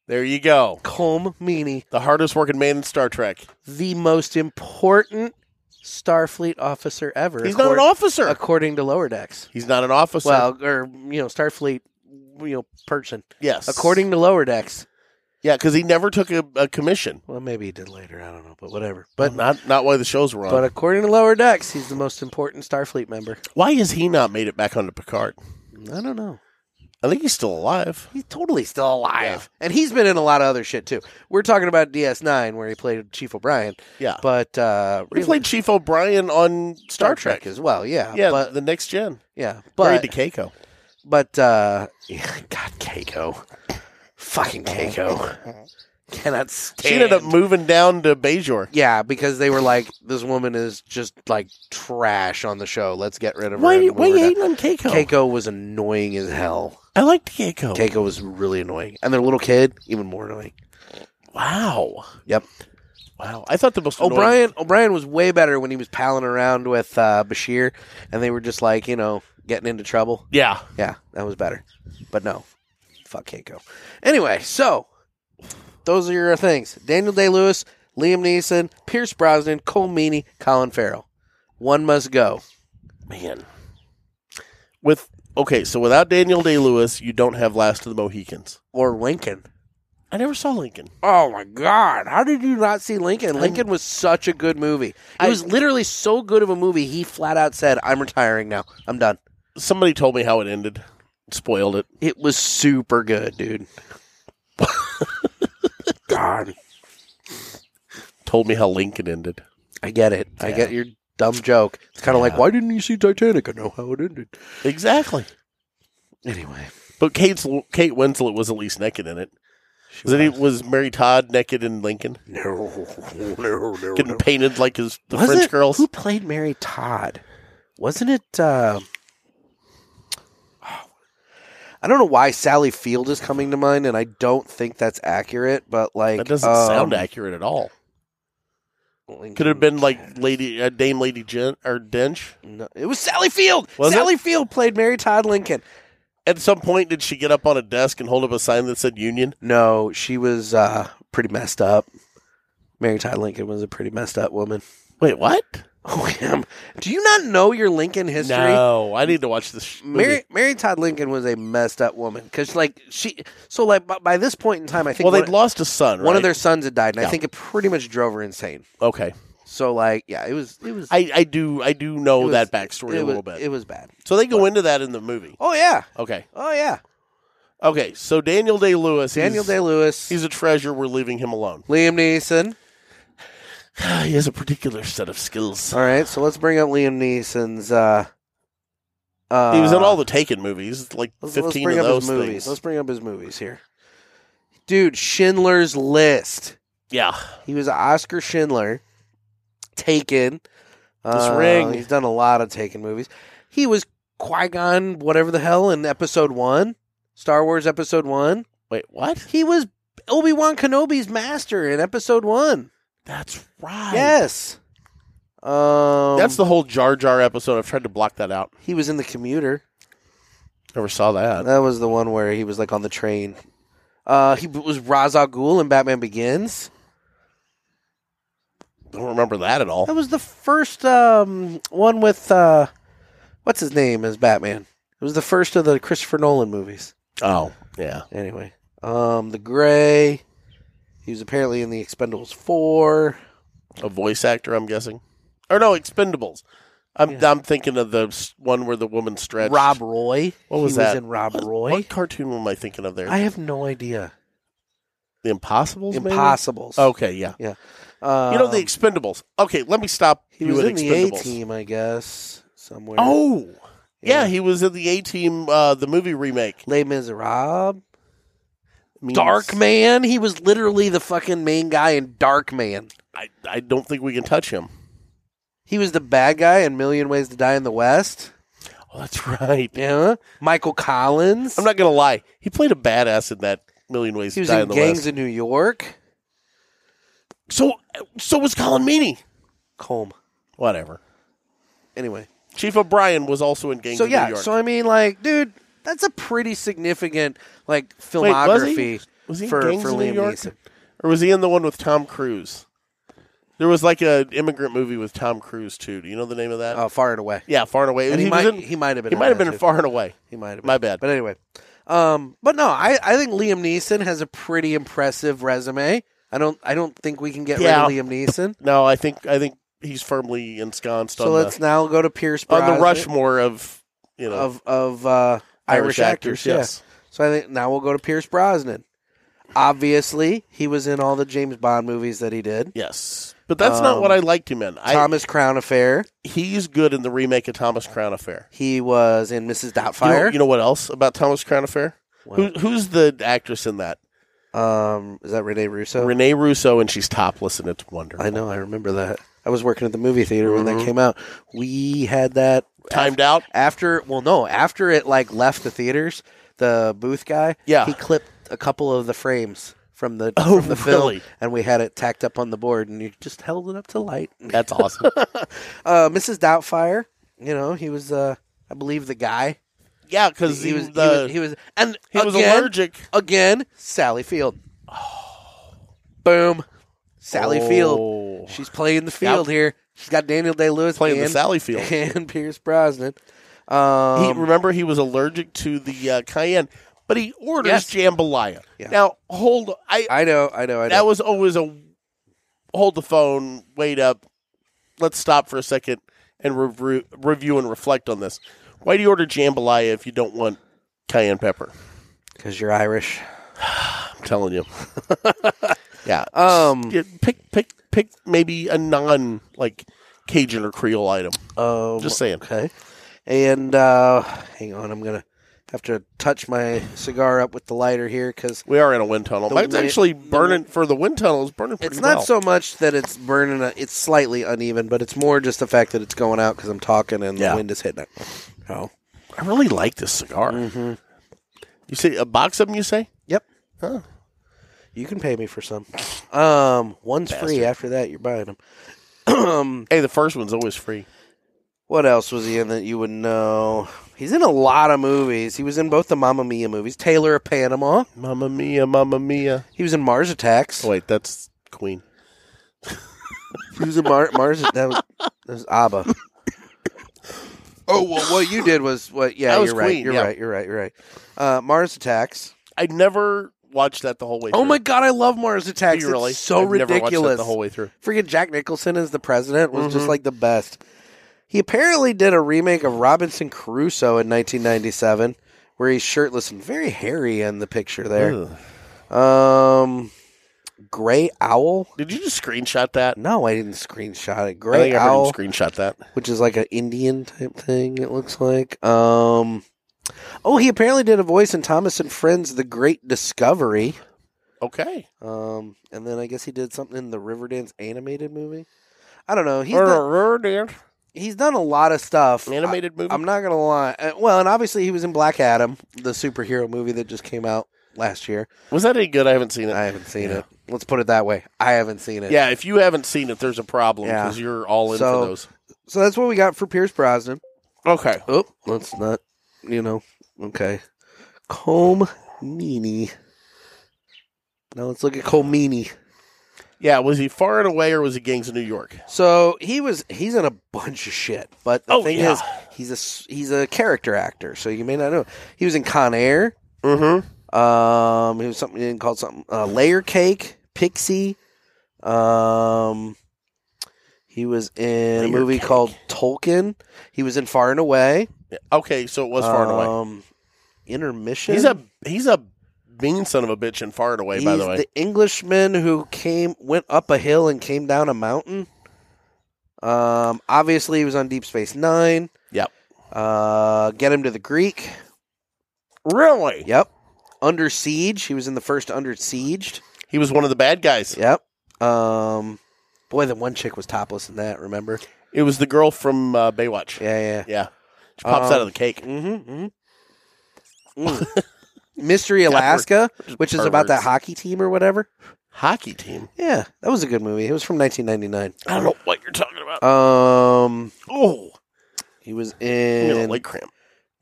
there you go.
Colm Meaney,
The hardest working man in Star Trek.
the most important Starfleet officer ever.
He's not an
according-
officer.
according to Lower Decks.
He's not an officer.
Well, or you know, Starfleet, you know, person.
yes,
According to Lower Decks.
yeah, because he never took a, a commission.
Well, maybe he did later. I don't know, but whatever. But
But not not why the shows were on.
But according to Lower Decks, he's the most important Starfleet member.
why has he not made it back onto Picard?
I don't know.
I think he's still alive.
He's totally still alive. And he's been in a lot of other shit, too. We're talking about DS9, where he played Chief O'Brien.
Yeah,
But, uh,
he played Chief O'Brien on Star, Trek.
as well, yeah.
yeah,
But,
the next gen.
yeah.
Married
But,
to Keiko.
but, uh, <laughs> yeah, God, Keiko. Fucking Keiko. Cannot stand.
She ended up moving down to Bejor.
yeah, because they were like, this woman is just like trash on the show. Let's get rid of her.
Why,
and we
why you
were done.
hating on Keiko?
Keiko was annoying as hell.
I liked Keiko.
Keiko was really annoying, and their little kid even more annoying.
Wow.
Yep.
Wow. I thought the most annoying-
O'Brien O'Brien was way better when he was palling around with uh, Bashir, and they were just like you know getting into trouble.
Yeah.
Yeah, that was better. But no, fuck Keiko. Anyway, so those are your things: Daniel Day Lewis, Liam Neeson, Pierce Brosnan, Cole Meany, Colin Farrell. One must go.
Man. With okay, so without Daniel Day Lewis, you don't have Last of the Mohicans.
Or Lincoln.
I never saw Lincoln.
Oh my God! How did you not see Lincoln? Lincoln was such a good movie. It
I-
was literally so good of a movie. He flat out said, "I'm retiring now. I'm done."
Somebody told me how it ended. Spoiled it.
It was super good, dude. <laughs> God,
Told me how Lincoln ended.
I get it. I get your dumb joke. It's kind of like, why didn't you see Titanic? I know how it ended.
Exactly.
Anyway,
But Kate's Kate Winslet was at least naked in it.
she
Was, it, was Mary Todd naked in Lincoln?
no, no, <laughs> no,
Getting
no.
painted like his the
Was
French
it-
girls.
Who played Mary Todd? Wasn't it? Uh, I don't know why Sally Field is coming to mind, and I don't think that's accurate. But like,
That doesn't
um,
sound accurate at all.
Lincoln-
Could have been like Lady uh, Dame Lady Jen or Dench.
No, it was Sally Field.
Was it?
Sally Field played Mary Todd Lincoln.
At some point, did she get up on a desk and hold up a sign that said Union?
No, she was uh, pretty messed up. Mary Todd Lincoln was a pretty messed up woman.
Wait, what?
<laughs> Oh, yeah. Do you not know your Lincoln history?
No, I need to watch this. sh- Movie.
Mary Mary Todd Lincoln was a messed up woman because like she so like by, by this point in time I think
well,
one,
they'd lost a son.
one of
right?
their sons had died and I
Yeah.
think it pretty much drove her insane.
okay.
So like yeah it was it was
I, I do I do know
it was-
that
it
backstory
was,
a little bit.
it was bad.
so they go into that in the movie.
Oh yeah
Okay.
oh yeah
Okay. So Daniel Day Lewis.
Daniel Day Lewis
He's a treasure. We're leaving him alone. <sighs>
Liam Neeson
he has a particular set of skills.
all right so let's bring up Liam Neeson's uh, uh
he was in all the Taken movies, like
Let's, let's
fifteen
bring
of
up
those
his movies.
things.
Let's bring up his movies here. Dude, Schindler's List.
yeah.
He was Oscar Schindler. Taken. Uh,
Ring.
He's done a lot of Taken movies. He was Qui Gon, whatever the hell, in Episode One, Star Wars Episode One.
Wait, what?
He was Obi Wan Kenobi's master in Episode One.
That's right.
Yes. Um,
That's the whole Jar Jar episode. I've tried to block that out.
He was in the commuter.
Never saw that.
That was the one where he was like on the train. Uh, he b- was Ra's al Ghul in Batman Begins.
Don't remember that at all.
That was the first um, one with uh, what's his name as Batman. It was the first of the Christopher Nolan movies.
Oh, yeah.
Anyway, um, the Gray. He was apparently in the Expendables four.
A voice actor, I'm guessing. Or no, Expendables. I'm I'm thinking of the s- one where the woman stretched.
Rob Roy.
What was
he
that?
Was in Rob
What-
Roy.
What cartoon am I thinking of there?
I have no idea.
The Impossibles. maybe?
Impossibles.
Okay, yeah.
Yeah. Um,
you know the Expendables. Okay, let me stop
he
you
was
at
in the A
Expendables.
team, I guess, somewhere.
Oh, yeah.
Yeah.
he was in the A Team, uh, the movie remake.
Les Miserables.
Means-
Dark Man. He was literally the fucking main guy in Dark Man.
I, I don't think we can touch him.
He was the bad guy in Million Ways to Die in the West.
Oh, that's right.
Yeah. Michael Collins.
I'm not gonna lie. He played a badass in that Million Ways
he
to
was
Die
in
in the
Gangs
West.
in New York.
so so was Colin Meaney.
Combe.
Whatever.
Anyway.
Chief O'Brien was also in Gangs
So
in New
yeah,
York.
so I mean like, dude, that's a pretty significant like
Wait, was
filmography
he? Was he in
for,
Gangs
for
in
Liam
New York?
Neeson.
Or was he in the one with Tom Cruise? There was like an immigrant movie with Tom Cruise too. Do you know the name of that?
Uh, far and away.
yeah, Far and Away.
And he,
was
might
in-
he might have been
he
in
might have
that,
been
too.
in Far and Away.
He might have been.
My bad.
But anyway, um, but no, I, I think Liam Neeson has a pretty impressive resume. I don't I don't think we can get
Yeah.
rid of Liam Neeson.
No, I think I think he's firmly ensconced
So
on
let's
the
now go to Pierce
on the
Brosnan
Rushmore of you know
of of uh, Irish, actors. yeah.
Yes,
So I think now we'll go to Pierce Brosnan. Obviously, he was in all the James Bond movies that he did.
yes, but that's not
Um,
what I liked him in. I,
Thomas Crown Affair.
he's good in the remake of Thomas Crown Affair.
He was in Mrs.
You know-
Doubtfire.
You know, what else about Thomas Crown Affair? Who, who's the actress in that?
um, is that Rene Russo?
Renee Russo, and she's topless, and it's wonderful.
I know. I remember that. I was working at the movie theater when that came out. We had that
Mm-hmm. Timed out.
after well no after it like left the theaters the booth guy
Yeah.
he clipped a couple of the frames from the
Oh,
from the film
really?
and we had it tacked up on the board and you just held it up to light
That's
<laughs>
awesome.
uh mrs doubtfire you know he was uh i believe the guy
yeah, because
he was, he
the,
was he was and
he was
again-
allergic.
again sally field <sighs> boom sally
Oh.
field she's playing the field
Yep.
here she's got daniel day-lewis
Playing the
and-
Sally Field.
<laughs> and pierce brosnan um,
he remember he was allergic to the uh, cayenne, but he orders
Yes.
jambalaya.
Yeah.
Now hold, I,
I know, I know, I know.
that was always a hold the phone, wait up, let's stop for a second and review, review and reflect on this. Why do you order jambalaya if you don't want cayenne pepper?
because you're Irish.
I'm telling you. <laughs> yeah.
Um.
Yeah, pick pick pick maybe a non like Cajun or Creole item.
um,
Just saying.
Okay. And uh, hang on, I'm gonna have to touch my cigar up with the lighter here because
We are in a wind tunnel.
The
Mine's
wi-
actually burning for the wind tunnel. It's burning pretty
it's not
well.
so much that it's burning. A, it's slightly uneven, but it's more just the fact that it's going out because I'm talking and
Yeah.
the wind is hitting it. Oh.
I really like this cigar.
Mm-hmm.
You say a box of them? You say?
Yep.
Huh.
You can pay me for some. Um, one's free.
Bastard.
After that, you're buying them. um,
Hey, the first one's always free.
what else was he in that you would know? He's in a lot of movies. He was in both the Mamma Mia movies, Taylor of Panama.
Mamma mia, mamma mia.
He was in Mars Attacks.
Oh, wait, that's Queen.
He was in Mar- Mars. That was, that was ABBA. <laughs> Oh well, what you did was what? Yeah,
That was
you're right.
Queen,
You're
yeah.
right. You're right. You're right. Uh, Mars Attacks.
I never watched that the whole way.
Oh
through.
my god, I love Mars Attacks.
You really?
It's so
I've never watched that
ridiculous.
the whole way through.
Freaking Jack Nicholson as the president was just like the best. He apparently did a remake of Robinson Crusoe in 1997, where he's shirtless and very hairy in the picture there.
Ugh.
Um, Gray Owl.
Did you just screenshot that?
No, I didn't screenshot it.
I
Gray
think I heard
Owl.
him screenshot that.
which is like an Indian type thing. It looks like. Um, oh, he apparently did a voice in Thomas and Friends: The Great Discovery.
Okay.
Um, and then I guess he did something in the Riverdance animated movie. I don't know. He's done,
An
he's done a lot of stuff.
animated movie.
I, am not gonna lie. Uh, well, and obviously he was in Black Adam, the superhero movie that just came out last year.
Was that any good? I haven't seen it.
I haven't seen
Yeah.
it. Let's put it that way. I haven't seen it.
yeah, if you haven't seen it, there's a problem
Yeah.
because you're all in
So-
for those.
So that's what we got for Pierce Brosnan.
Okay.
Oh, let's not, you know, okay. Comb Meany. Now let's look at Cole Meany.
Yeah, was he far and away or was he Gangs of New York?
So he was he's in a bunch of shit, but the
Oh,
thing
yeah.
is, he's a s- he's a character actor, so you may not know. He was in Con Air.
Mm-hmm.
Um, he was something he called something uh, Layer Cake, Pixie. Um, he was in a
Layer
movie
Cake.
called Tolkien. He was in Far and Away.
Oh, Okay, so it was far and away.
Um, Intermission.
He's a he's a mean son of a bitch and far and away. by
He's
the way,
Englishman who came went up a hill and came down a mountain. Um, obviously he was on Deep Space Nine.
Yep.
Uh, get him to the Greek.
really,
Yep. Under siege. He was in the first Under Sieged.
he was one of the bad guys.
Yep. Um, boy, the one chick was topless in that. Remember?
It was the girl from uh, Baywatch.
Yeah, yeah.
Yeah. She pops
Um,
out of the cake.
Mm-hmm. Mm.
<laughs>
Mystery Alaska, which is about that
perverts.
hockey team or whatever.
Hockey team.
Yeah, that was a good movie. It was from 1999.
I don't know what you're talking about.
Um,
oh,
he was
I'm gonna
in
leg cramp.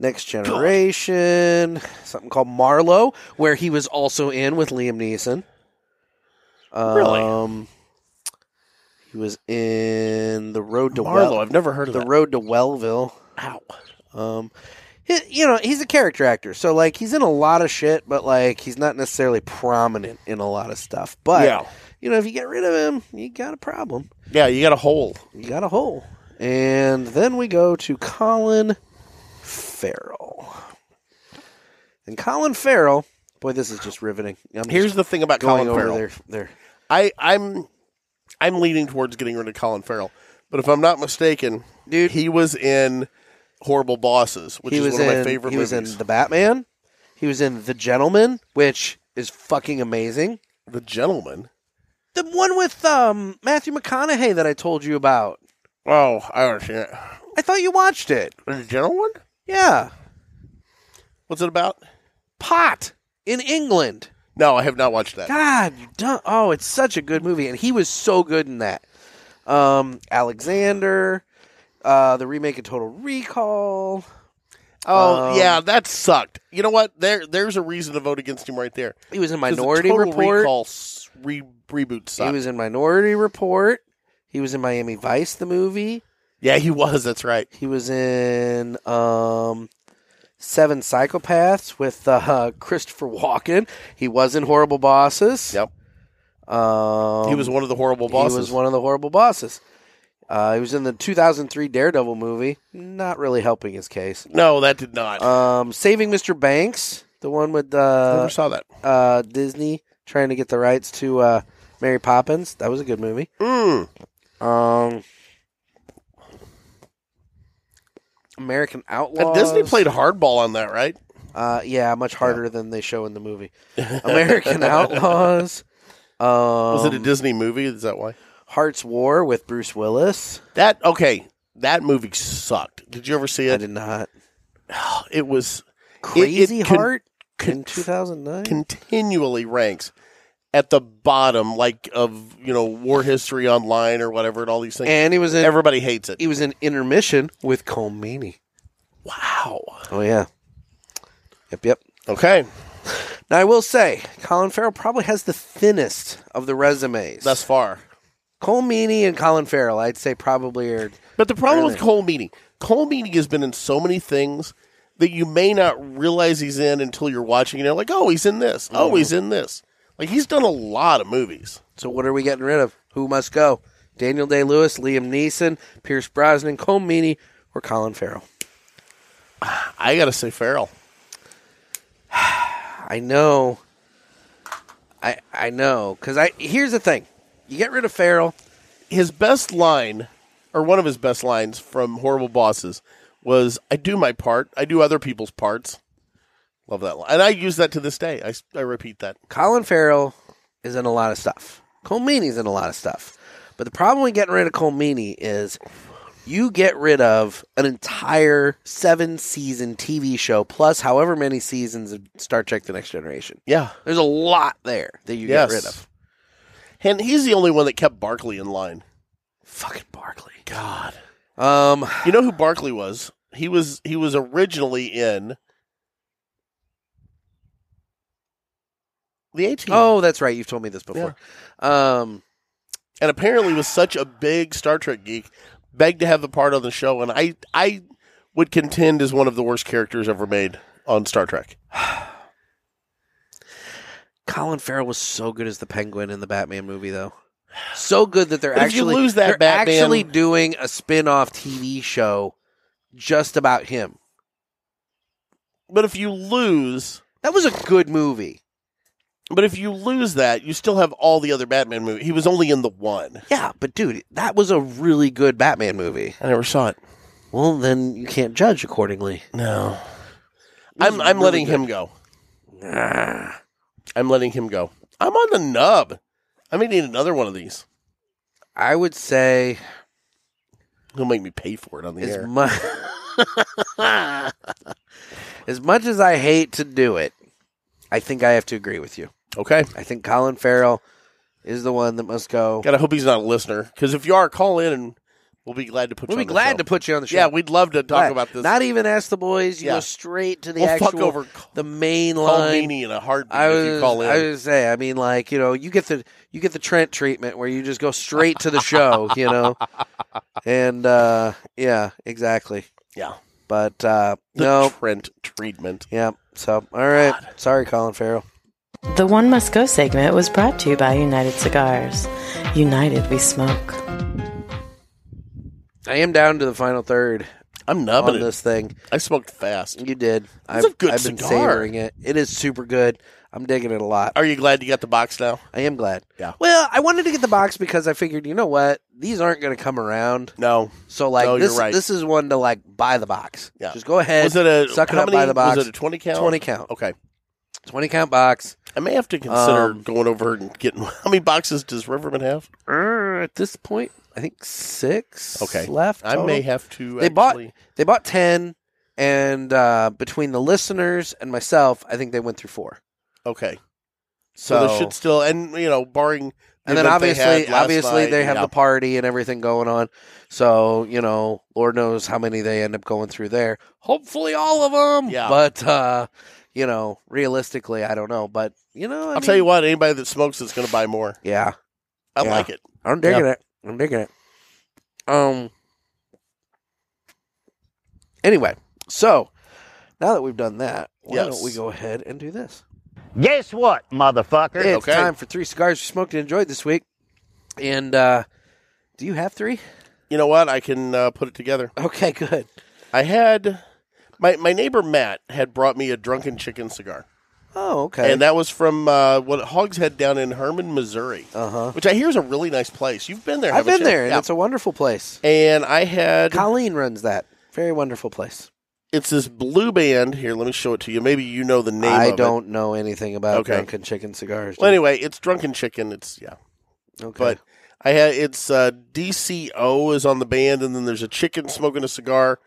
Next Generation, something called Marlowe, where he was also in with Liam Neeson. Um,
Really?
He was in the Road to
Marlo,
Well,
I've never heard of
the
that.
Road to Wellville.
Ow.
Um, he, you know, he's a character actor, so like he's in a lot of shit, but like he's not necessarily prominent in a lot of stuff. But
yeah,
you know, if you get rid of him, you got a problem.
yeah, you got a hole.
You got a hole. And then we go to Colin Farrell. And Colin Farrell, boy, this is just riveting. I'm
Here's
just
the thing about
going
Colin
over
Farrell.
Their, their,
I, I'm, I'm leaning towards getting rid of Colin Farrell, but if I'm not mistaken,
Dude.
he was in Horrible Bosses, which
he
is
was
one of
in,
my favorite
He was
movies.
in The Batman. He was in The Gentleman, which is fucking amazing.
the Gentleman.
The one with um, Matthew McConaughey that I told you about.
Oh, I understand.
I thought you watched it.
The Gentleman.
Yeah.
What's it about?
Pot in England.
No, I have not watched that.
God, you don't. Oh, it's such a good movie, and he was so good in that. Um, Alexander, uh, the remake of Total Recall.
Oh,
Um,
yeah, that sucked. You know what? There, there's a reason to vote against him right there.
He was in
'Cause the
Minority
Total
Report.
Recall s- re- reboot
He
sucked.
was in Minority Report. He was in Miami Vice, the movie.
yeah, he was. That's right.
He was in um, Seven Psychopaths with uh, <laughs> Christopher Walken. He was in Horrible Bosses.
Yep.
Um,
he was one of the horrible bosses.
He was one of the horrible bosses. Uh, he was in the 2003 Daredevil movie, not really helping his case.
No, that did not.
Um, Saving Mr. Banks, the one with
Never
uh,
saw that.
uh, Disney trying to get the rights to uh, Mary Poppins. That was a good movie.
Mm.
Um, American Outlaw.
And Disney played hardball on that, right?
Uh, yeah, much harder than they show in the
<laughs>
movie. American Outlaws. Um,
Was it a Disney movie? Is that why?
Hearts War with Bruce Willis?
That okay. That movie sucked. Did you ever see
I
it?
did not.
It was
Crazy
con-
Heart
con-
in 2009.
continually ranks at the bottom, like of you know war history online or whatever, and all these things.
and he was in
Everybody hates it.
he was in intermission with Colmany.
Wow.
Oh yeah. Yep, yep.
Okay,
Now I will say, Colin Farrell probably has the thinnest of the resumes.
thus far.
Cole Meaney and Colin Farrell, I'd say probably are
But the problem with
Really?
Cole Meany, Cole Meany has been in so many things that you may not realize he's in until you're watching. And you're like, oh, he's in this.
Mm.
Oh, he's in this. Like he's done a lot of movies.
so what are we getting rid of? Who must go? Daniel Day Lewis, Liam Neeson, Pierce Brosnan, Cole Meaney, or Colin Farrell?
I gotta say, Farrell.
I know. I I know. Cause I here's the thing. You get rid of Farrell,
His best line, or one of his best lines from Horrible Bosses, was "I do my part. I do other people's parts." Love that line, and I use that to this day. I, s- I repeat that.
Colin Farrell is in a lot of stuff. Cole Meany's in a lot of stuff. But the problem with getting rid of Cole Meany is you get rid of an entire seven season TV show plus however many seasons of Star Trek The Next Generation.
Yeah,
There's a lot there that you
yes.
get rid of.
And he's the only one that kept Barkley in line.
Fucking Barkley.
God.
Um
You know who Barkley was? He was he was originally in the A team.
Oh, that's right. You've told me this before. Um
and apparently was such a big Star Trek geek, begged to have the part on the show, and I I would contend is one of the worst characters ever made on Star Trek.
Colin Farrell was so good as the Penguin in the Batman movie, though. So good that they're
But if you
actually
lose that
they're
Batman-
actually doing a spin-off TV show just about him.
But if you lose,
That was a good movie.
But if you lose that, you still have all the other Batman movies. He was only in the one.
Yeah, but dude, that was a really good Batman movie.
I never saw it.
Well, then you can't judge accordingly.
No. I'm I'm
really
letting
good.
him go. I'm letting him go. I'm on the nub. I may need another one of these.
I would say
He'll make me pay for it on the
as
air.
much <laughs> as much as I hate to do it, I think I have to agree with you.
Okay.
I think Colin Farrell is the one that must go.
Gotta hope he's not a listener. Because if you are, call in and we'll be glad to put
We'll
you
be
on the
glad
show.
to put you on the show.
Yeah, we'd love to talk
Glad.
about this.
Not even ask the boys. You
Yeah.
go straight to the
we'll
actual
fuck over
the main
call
line.
Meanie in a heartbeat
I was,
if you call in.
I was say, I mean, like you know, you get the you get the Trent treatment where you just go straight to the show, you
<laughs>
know, and uh, yeah, exactly.
yeah.
But uh,
The
<laughs> no,
Trent treatment.
yeah. So all right, sorry, Colin Farrell.
The One Must Go segment was brought to you by United Cigars. United we smoke.
I am down to the final third
I'm nubbing
on
it.
this thing.
I smoked fast.
You did.
It's a good
I've been
cigar.
savoring it. It is super good. I'm digging it a lot.
Are you glad you got the box now?
I am glad.
Yeah.
Well, I wanted to get the box because I figured, you know what, these aren't going to come around.
No.
So like
No, you're
this,
right.
this is one to like buy the box.
Yeah.
Just go ahead.
was it a
suck it
how
up
many-
by the box?
Was it a twenty count?
20 count.
Okay.
Twenty count box.
I may have to consider
Um,
going over and getting <laughs> how many boxes does Riverman have?
Uh, at this point, I think six.
Okay.
Left.
I
total.
may have to.
They bought-
actually-
They bought ten, and uh, between the listeners and myself, I think they went through four.
Okay, so,
So,
there should still and you know barring the
and then
event they
obviously,
had last
obviously
night,
they have
yeah.
the party and everything going on. So you know, Lord knows how many they end up going through there. Hopefully, all of them.
Yeah.
But uh, you know, realistically, I don't know. But you know, I
I'll tell
mean-
you what, anybody that smokes is going to buy more.
Yeah.
I
Yeah.
like it.
I'm digging it. I'm digging it. Um. Anyway, so now that we've done that, why
Yes.
don't we go ahead and do this?
Guess what, motherfucker?
It's
Okay.
time for three cigars you smoked and enjoyed this week. And uh, do you have three? <laughs>
You know what? I can uh, put it together.
Okay, good.
I had my my neighbor Matt had brought me a drunken chicken cigar,
Oh, okay.
and that was from uh, what Hogshead down in Herman, Missouri,
uh huh.
which I hear is a really nice place. You've been there,
I've
haven't
been
you?
there, and
Yeah. Mm-hmm.
it's a wonderful place.
and I had
Colleen runs that. Very wonderful place.
it's this blue band here. Let me show it to you. Maybe you know the name.
I
of it.
don't know anything about
Okay.
drunken chicken cigars.
Well, anyway, it's Drunken Chicken. It's yeah,
okay.
but I had it's uh, DCO is on the band, and then there's a chicken smoking a cigar,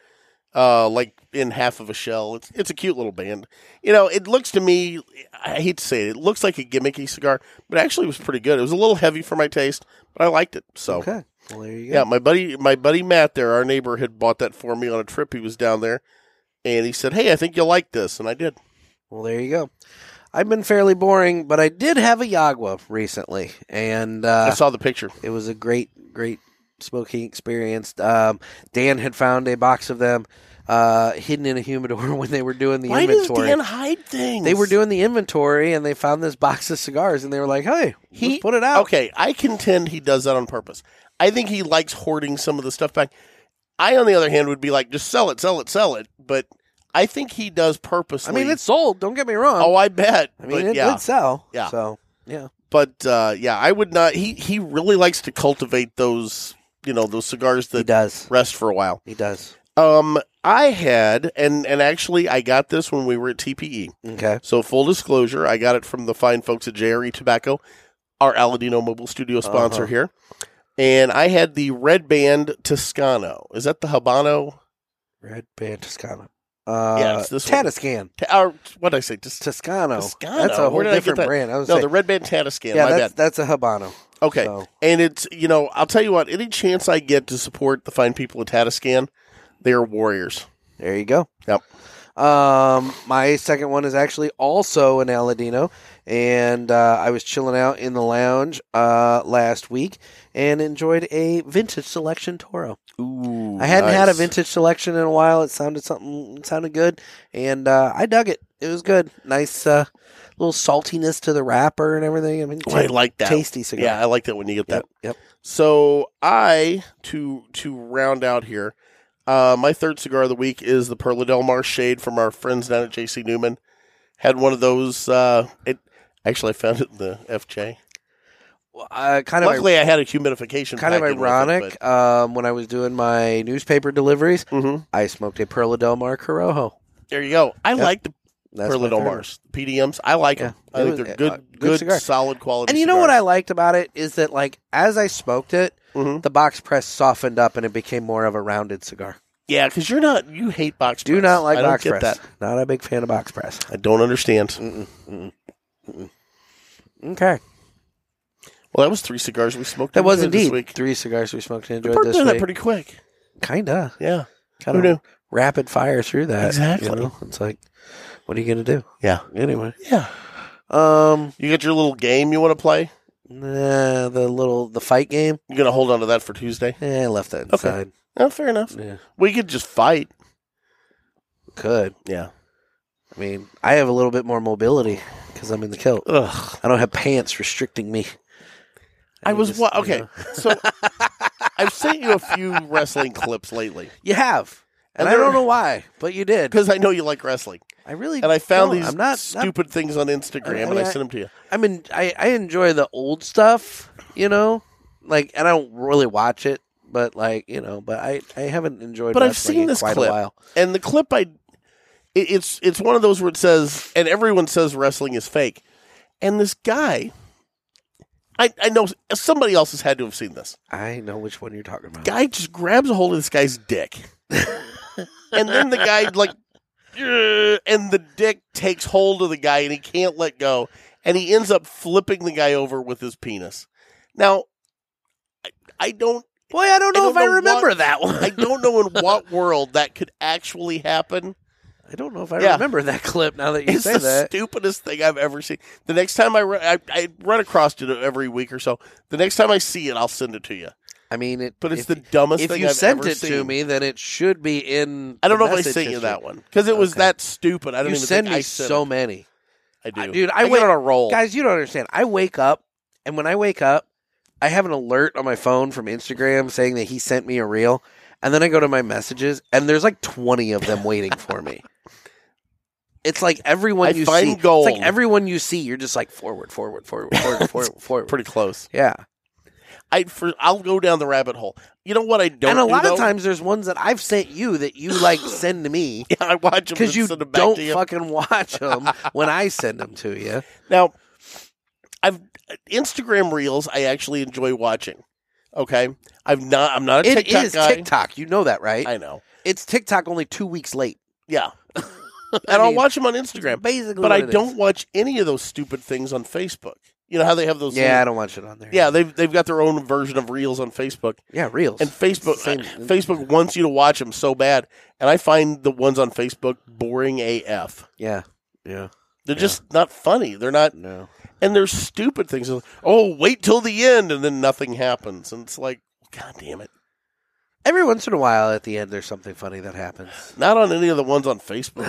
uh, like in half of a shell. It's it's a cute little band. You know, it looks to me. I hate to say it, it looks like a gimmicky cigar, but actually it was pretty good. It was a little heavy for my taste, but I liked it. So
okay. Well, there you go.
yeah, my buddy, my buddy Matt there, our neighbor had bought that for me on a trip. He was down there, and he said, "Hey, I think you'll like this," and I did.
Well, there you go. I've been fairly boring, but I did have a Yagua recently, and
I
uh,
saw the picture.
it was a great, great smoking experience. Um, Dan had found a box of them uh, hidden in a humidor <laughs> when they were doing the
Why does
inventory.
Dan hide things?
they were doing the inventory, and they found this box of cigars, and they were like, "Hey, let's put it out."
Okay, I contend he does that on purpose. I think he likes hoarding some of the stuff back. I, on the other hand, would be like, just sell it, sell it, sell it. But I think he does
I
purposely.
mean, it's sold. Don't get me wrong.
oh, I bet.
I mean,
but
it
yeah,
did sell.
Yeah.
So yeah,
but uh, yeah, I would not. He he really likes to cultivate those, you know, those cigars
he
that
does.
rest for a while.
He does.
Um, I had and and actually, I got this when we were at E. TPE.
Okay.
So full disclosure, I got it from the fine folks at JRE Tobacco, our Aladino Mobile Studio sponsor
Uh-huh.
here. And I had the Red Band Toscano. Is that the Habano?
Red Band Toscana. Uh,
Yeah, it's this one.
Tatiscan.
Ta- or what did I say? Tis-
Toscano.
Toscano?
That's a whole
Where did I get
different
that?
brand. I was
no,
saying-
the Red Band Tatiscan.
yeah,
my
that's
bad.
that's a habano.
Okay,
So,
and it's you know I'll tell you what. Any chance I get to support the fine people at Tatiscan, they are warriors.
there you go.
Yep.
Um, my second one is actually also an Aladino, and uh, I was chilling out in the lounge uh, last week and enjoyed a vintage selection Toro.
Ooh,
I hadn't had a vintage selection in a while. It sounded something it sounded good, and uh, I dug it. It was good. Nice uh, little saltiness to the wrapper and everything. I mean,
I like that.
tasty cigar.
Yeah, I like that when you get that.
Yep, yep.
So I to to round out here, uh, my third cigar of the week is the Perla Del Mar shade from our friends down at JC Newman. Had one of those. Uh, it, Actually, I found it in the FJ.
Uh, kind of
Luckily, I had a humidification.
kind of ironic. um, when I was doing my newspaper deliveries,
hmm
I smoked a Perla Del Mar Corojo.
There you go. I
Yep.
like the
That's
Perla
my
Del
favorite.
Mars PDMs. I like
Yeah.
them. I
It
think
was-
they're
uh,
good,
good
good,
cigar.
solid quality.
And you know what I liked about it is that, like, as I smoked it,
hmm
the box press softened up and it became more of a rounded cigar.
Yeah, because you're not. You hate box.
Do
press.
not like
I
box
don't get
press. Not a big fan of box press.
that. I don't understand.
Mm-mm, mm-mm, mm-mm. Okay,
Well, that was three cigars we smoked.
that
and
was
enjoyed this
indeed
week.
three cigars we smoked and
We
enjoyed
worked
this
through that
week.
pretty quick.
Kinda,
Yeah,
kind
Who knew?
of rapid fire through that. you
Exactly.
know? It's like, what are you gonna do?
Yeah.
Anyway,
yeah.
um,
You got your little game you want to play.
nah, the little the fight game.
You're gonna hold on to that for Tuesday.
Eh, I left that
Okay.
inside.
Oh, fair enough.
Yeah,
We could just fight.
could.
Yeah.
I mean, I have a little bit more mobility because I'm in the kilt.
Ugh.
I don't have pants restricting me.
I
can
was
just,
wa-
you
okay.
know.
So <laughs> I've sent you a few wrestling clips lately
You have, and,
And
I
they're-
don't know why, but you did.
because I know you like wrestling,
I really
and I found
don't.
these
I'm not not
stupid things on Instagram,
I- I
and I
mean, I-
sent them to you.
I mean, I, I enjoy the old stuff, you know, like, and I don't really watch it, but like, you know, but I, I haven't enjoyed.
But I've
wrestling
seen
in
this
quite
clip.
a while.
And the clip I, it, it's it's one of those where it says, and everyone says wrestling is fake, and this guy, I I know somebody else has had to have seen this.
I know which one you're talking about.
guy just grabs a hold of this guy's dick, and then the guy
<laughs>
like, "Yeah," and the dick takes hold of the guy, and he can't let go, and he ends up flipping the guy over with his penis. Now, I, I don't,
Boy, I don't know
I
if
don't know
I remember <laughs>
what-
that one.
I don't know in
<laughs>
what world that could actually happen.
I don't know if I
Yeah.
remember that clip. Now that you
It's
say
the
that,
stupidest thing I've ever seen. The next time I run, I, I run across it every week or so. The next time I see it, I'll send it to you.
I mean, it,
But it's
if,
the dumbest
If
thing
you
I've
sent
ever
it to
seen.
me, then it should be in.
I don't
the
know if I
message
sent you
history.
that one because it was
Okay.
that stupid. I don't
you
even
send
think
me
I sent
so
it.
many.
I do,
I- dude, I
get
went-
on a roll.
Guys, you don't understand. I wake up, and when I wake up, I have an alert on my phone from Instagram saying that he sent me a reel. And then I go to my messages, and there's like 20 of them waiting for me. It's like everyone
I
you
find
see.
gold.
It's like everyone you see, you're just like forward, forward, forward, <laughs> forward, forward, forward.
Pretty close.
yeah.
I for, I'll go down the rabbit hole. You know what I don't?
and a
do,
lot
though?
of times there's ones that I've sent you that you like send to me
yeah, <laughs> I watch them
because you
send them back
don't
to you.
fucking watch
<laughs>
them when I send them to you.
Now, I've Instagram reels. I actually enjoy watching. Okay, I've not. I'm not a
It
TikTok
is
guy.
TikTok. You know that, right?
I know.
it's TikTok only two weeks late.
Yeah, and
<laughs> I
I'll
mean,
watch them on Instagram,
Basically,
but
what
I
it is.
don't watch any of those stupid things on Facebook. You know how they have those?
Yeah, I
little-
don't watch it on there.
yeah. They've they've got their own version of reels on Facebook.
yeah, reels.
And Facebook,
Same-
Facebook wants you to watch them so bad, and I find the ones on Facebook boring AF.
yeah, yeah.
They're just not funny. They're not,
No,
and they're stupid things. Oh, wait till the end, and then nothing happens, and it's like, God damn it!
every once in a while, at the end, there's something funny that happens.
Not on any of the ones on Facebook.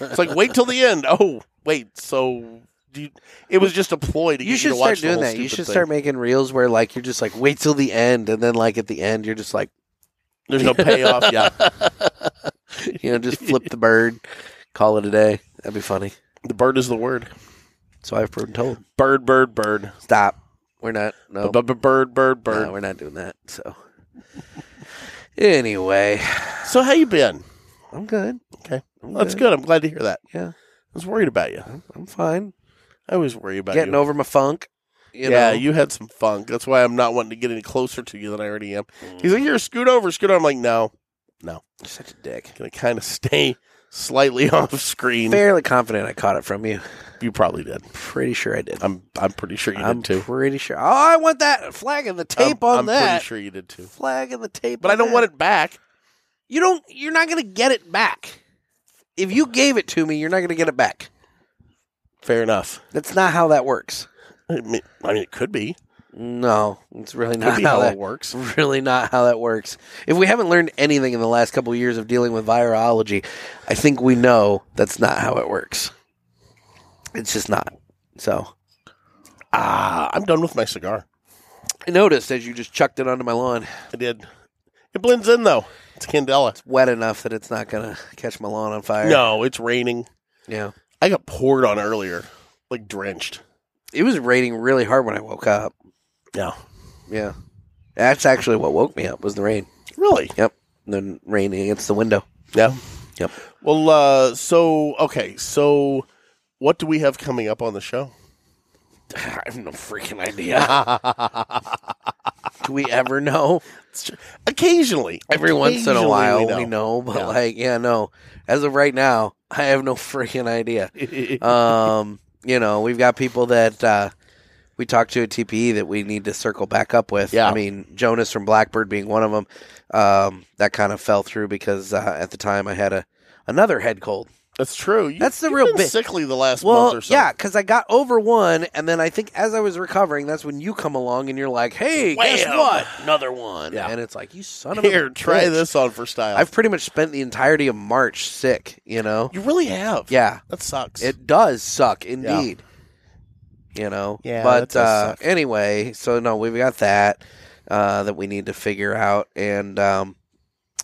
it's like, wait till the end. Oh, wait. So, do you, it was just a ploy to get
You should
to
start
watch the
doing
whole
that. You
stupid
should
thing.
start making reels where like you're just like wait till the end, and then like at the end, you're just like
There's
<laughs>
no payoff. yeah,
you know just flip the bird, call it a day. That'd be funny.
the bird is the word.
So I've been told.
Bird, bird, bird.
Stop. We're not. No.
Bu- bu- Bird, bird, bird.
No, we're not doing that. So anyway,
So, how you been?
I'm good.
Okay.
I'm
That's good. I'm glad to hear that.
Yeah.
I was worried about you.
I'm- I'm fine.
I always worry about
Getting
you.
over my funk. You
yeah,
know?
you had some funk. That's why I'm not wanting to get any closer to you than I already am. He's
Mm.
like, "You're scoot over, scoot." Over. I'm like, "No,
You're such a dick.
gonna kind of stay slightly <laughs> off screen."
Fairly confident I caught it from you.
You probably did.
Pretty sure I did.
I'm I'm pretty sure Oh, you
I'm
did too.
pretty sure. Oh, I want that flag and the tape
I'm,
on
I'm
that.
pretty sure you did too.
Flag and the tape.
But I don't want it back.
You don't. You're not going to get it back. If you gave it to me, you're not going to get it back.
Fair enough.
That's not how that works.
I mean, I mean, it
<laughs>
could be.
No, it's really
It could
<laughs> not
be
how
how
that
it works.
It's <laughs> really not how that works. If we haven't learned anything in the last couple of years of dealing with virology, I think we know that's not how it works. It's just not. So
Ah, I'm done with my cigar.
I noticed as you just chucked it onto my lawn,
I did. It blends in though. It's Candela.
wet enough that it's not going to catch my lawn on fire.
No, it's raining.
Yeah.
I got poured on earlier, like drenched.
It was raining really hard when I woke up.
Yeah.
Yeah. That's actually what woke me up was the rain.
Really?
Yep. And then rain against the window.
Yeah.
Yep.
Well, uh, so okay, so what do we have coming up on the show?
<sighs> I have no freaking idea. Do we ever <laughs> know?
<laughs> It's ju- Occasionally,
<laughs> Every once in a
Occasionally
while
we
we
know.
know, but
Yeah.
like, yeah, no. As of right now, <laughs> I have no freaking
<laughs>
idea. um, you know, we've got people that uh, we talked to at TPE that we need to circle back up with.
Yeah.
I mean, Jonas from Blackbird being one of them. Um, that kind of fell through because uh, at the time I had a another head cold.
that's true. You-
That's the
you've
real
been
bit.
sickly the last
Well,
month or so.
yeah, because I got over one, and then I think as I was recovering, that's when you come along and you're like, "Hey, guess
Wham!
what? Another one."
Yeah.
And it's like, "You son of
Here,
a
try
bitch."
this on for style.
I've pretty much spent the entirety of March sick. You know,
you really have.
yeah,
that sucks.
it does suck indeed. You know,
Yeah, that
But
does
uh,
suck.
anyway, so no, we've got that uh, that we need to figure out, and um,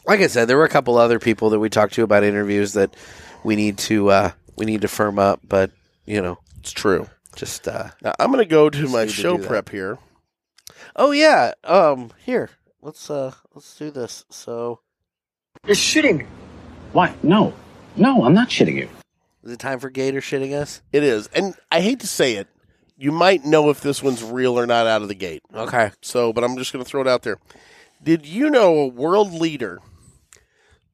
like I said, there were a couple other people that we talked to about interviews that we need to uh, we need to firm up, but you know,
it's true.
just. Uh,
Now, I'm going to go to
Just
my
need to
show
do that.
prep here.
Oh yeah. Um here. Let's uh let's do this. So
Why? No. No, I'm not shitting you.
is it time for Gator shitting us?
It is, and I hate to say it. You might know if this one's real or not out of the gate.
Okay.
So, but I'm just going to throw it out there. Did you know a world leader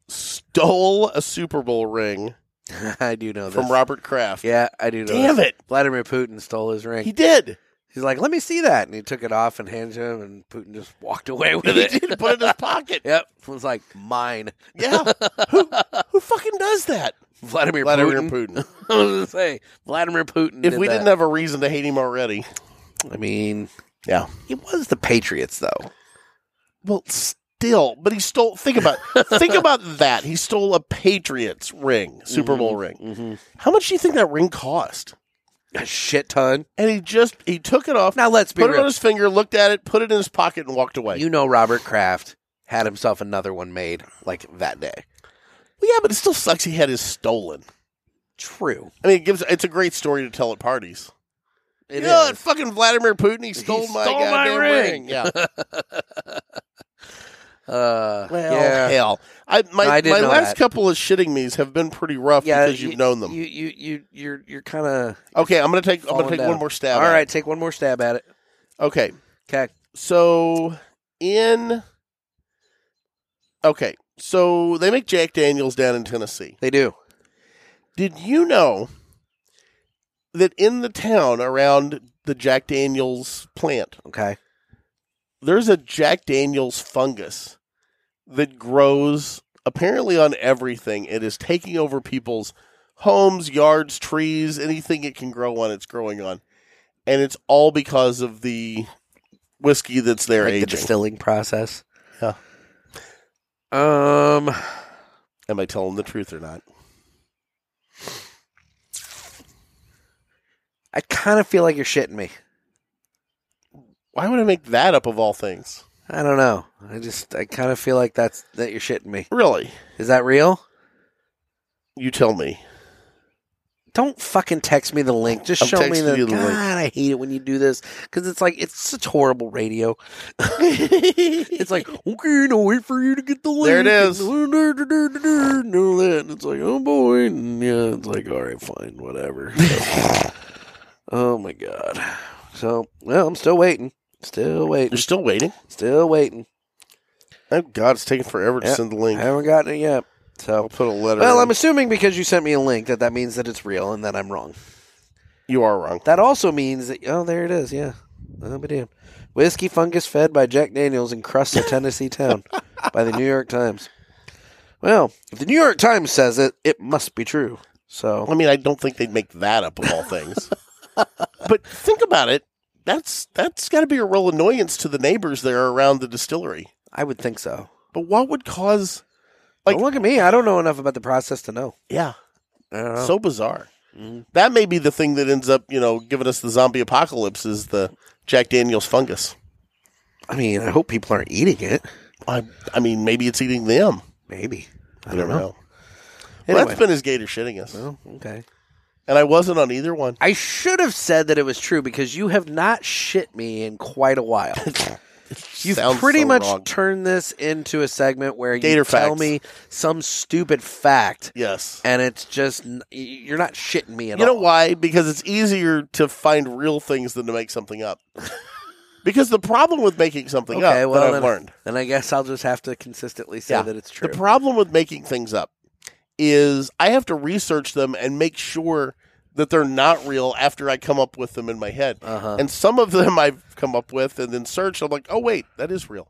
stole a Super Bowl ring
<laughs> I do know this.
from Robert Kraft?
Yeah, I do know.
Damn
this.
it.
Vladimir Putin stole his ring.
He did.
He's like, "Let me see that." And he took it off and handed it him and Putin just walked <laughs> away with
<laughs> He
it.
did put it in his
<laughs>
pocket.
Yep. Was like, "Mine."
Yeah. who, who fucking does that?
Vladimir,
Vladimir
Putin.
Putin.
<laughs> I was going to say Vladimir Putin.
if
did
we
that.
didn't have a reason to hate him already.
I mean,
Yeah.
it was the Patriots though.
Well, still, but he stole think about
<laughs>
think about that. He stole a Patriots ring, Super Bowl ring.
Mm-hmm.
How much do you think that ring cost?
A shit ton.
And he just he took it off,
Now let's be
put it on
real.
his finger, looked at it, put it in his pocket and walked away.
You know, Robert Kraft had himself another one made like that day.
Well, yeah, but it still sucks he had his stolen.
True.
I mean, it gives it's a great story to tell at parties.
It
you know
is.
that fucking Vladimir Putin, he stole my
stole my
goddamn
ring. <laughs>
ring. Yeah.
Uh,
Well,
yeah.
hell. I my,
No, I didn't
my
know
last
that.
couple of shitting me's have been pretty rough
Yeah,
because you've known them.
You you you you're you're kind of
okay, I'm gonna take I'm gonna
Falling
take
down.
one more stab.
all
at it.
right. Take one more stab at it.
Okay.
Okay.
So in Okay. So they make Jack Daniels down in Tennessee.
They do.
Did you know that in the town around the Jack Daniels plant,
Okay.
there's a Jack Daniels fungus that grows apparently on everything. It is taking over people's homes, yards, trees, anything it can grow on, it's growing on. And it's all because of the whiskey that's there
Like the
aging.
distilling process.
Yeah.
Um.
Am I telling the truth or not?
I kind of feel like you're shitting me.
Why would I make that up of all things?
I don't know. I just I kind of feel like that's that you're shitting me.
Really?
Is that real?
You tell me.
Don't fucking text me the link. Just
I'm
show me
texting
the,
you the
God,
link.
I hate it when you do this because it's like it's such horrible <laughs> radio. it's like okay, no, wait for you to get the link.
There it is.
And all that. And it's like oh boy, and yeah. It's like all right, fine, whatever. <laughs> oh my god. So well, I'm still waiting. Still
You're
waiting.
still waiting?
Still waiting.
Oh, God, it's taking forever to
Yeah.
send the
I
link.
haven't gotten it yet. So
I'll put a letter.
well,
in.
I'm assuming because you sent me a link that that means that it's real and that I'm wrong.
you are wrong.
That also means that oh, there it is. Yeah, I'll be damned. Whiskey fungus fed by Jack Daniels encrusts a <laughs> Tennessee town by the New York Times. Well, if the New York Times says it, it must be true. So
I mean, I don't think they'd make that up of
<laughs>
all things. but think about it. That's that's got to be a real annoyance to the neighbors there around the distillery.
I would think so.
But what would cause? Like-
Like, look at me. I don't know enough about the process to know.
Yeah,
I don't know. Mm-hmm.
so bizarre. That may be the thing that ends up, you know, giving us the zombie apocalypse is the Jack Daniel's fungus.
I mean, I hope people aren't eating it.
I, I mean, maybe it's eating them.
Maybe. I
You
don't
never
know.
Well,
Anyway.
that's been his gator shitting us.
Oh, okay.
and I wasn't on either one.
I should have said that it was true because you have not shit me in quite a
<laughs>
while. You've
Sounds
pretty
so
much
wrong.
turned this into a segment where you
Gator
tell
facts.
me some stupid fact,
yes.
and it's just n- y- you're not shitting me at
You know
all.
why? Because it's easier to find real things than to make
<laughs>
something up. because the problem with making something
Okay,
up
well
that I've
then,
learned.
then I guess I'll just have to consistently say
Yeah.
that it's true.
The problem with making things up is I have to research them and make sure that they're not real after I come up with them in my head.
Uh-huh.
And some of them I've come up with and then searched. I'm like, oh wait, that is real.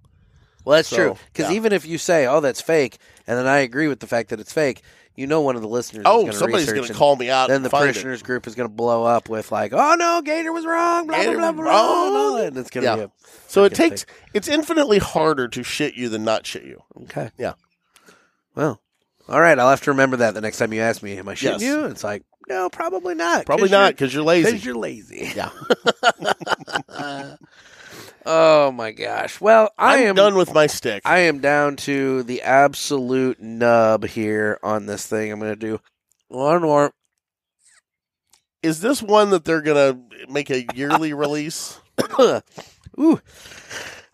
well, that's
So,
true because
yeah.
even if you say, "Oh, that's fake," and then I agree with the fact that it's fake, you know, one of the listeners.
oh,
is gonna
somebody's
research
going to
and
call me out.
Then
and
the
find it.
parishioners group is going to blow up with like, "Oh no, Gator was wrong." Blah
Gator
blah blah
was
blah. And, all
wrong.
that, and it's going to
Yeah.
be a,
So it
freaking
takes.
thing.
It's infinitely harder to shit you than not shit you.
Okay.
Yeah.
Well, all right. I'll have to remember that the next time you ask me, am I shitting
Yes.
you? It's like, no, probably not.
Probably not because you're lazy.
Because you're lazy.
Yeah.
<laughs>
<laughs>
oh my gosh. Well, I
I'm
am
done with my stick.
I am down to the absolute nub here on this thing. I'm going to do one more.
is this one that they're going to make a
<laughs>
yearly release?
Ooh.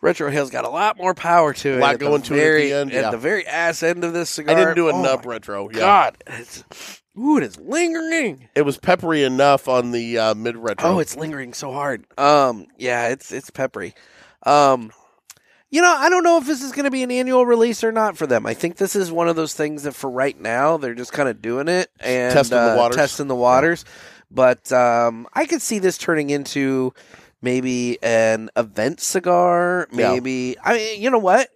Retro Hill's got a lot more power to it.
Lot
at the
going to it at
very,
the end, yeah.
At the very ass end of this cigar.
I didn't do a
Oh
nub
my
retro. Yeah.
God. It's, ooh, it is lingering.
It was peppery enough on the uh, mid retro.
Oh, it's lingering so hard. Um, yeah, it's it's peppery. Um, you know, I don't know if this is going to be an annual release or not for them. I think this is one of those things that for right now they're just kind of doing it and
Testing the
uh,
waters.
testing the waters. But um, I could see this turning into maybe an event cigar.
Yeah.
Maybe I mean, you know what?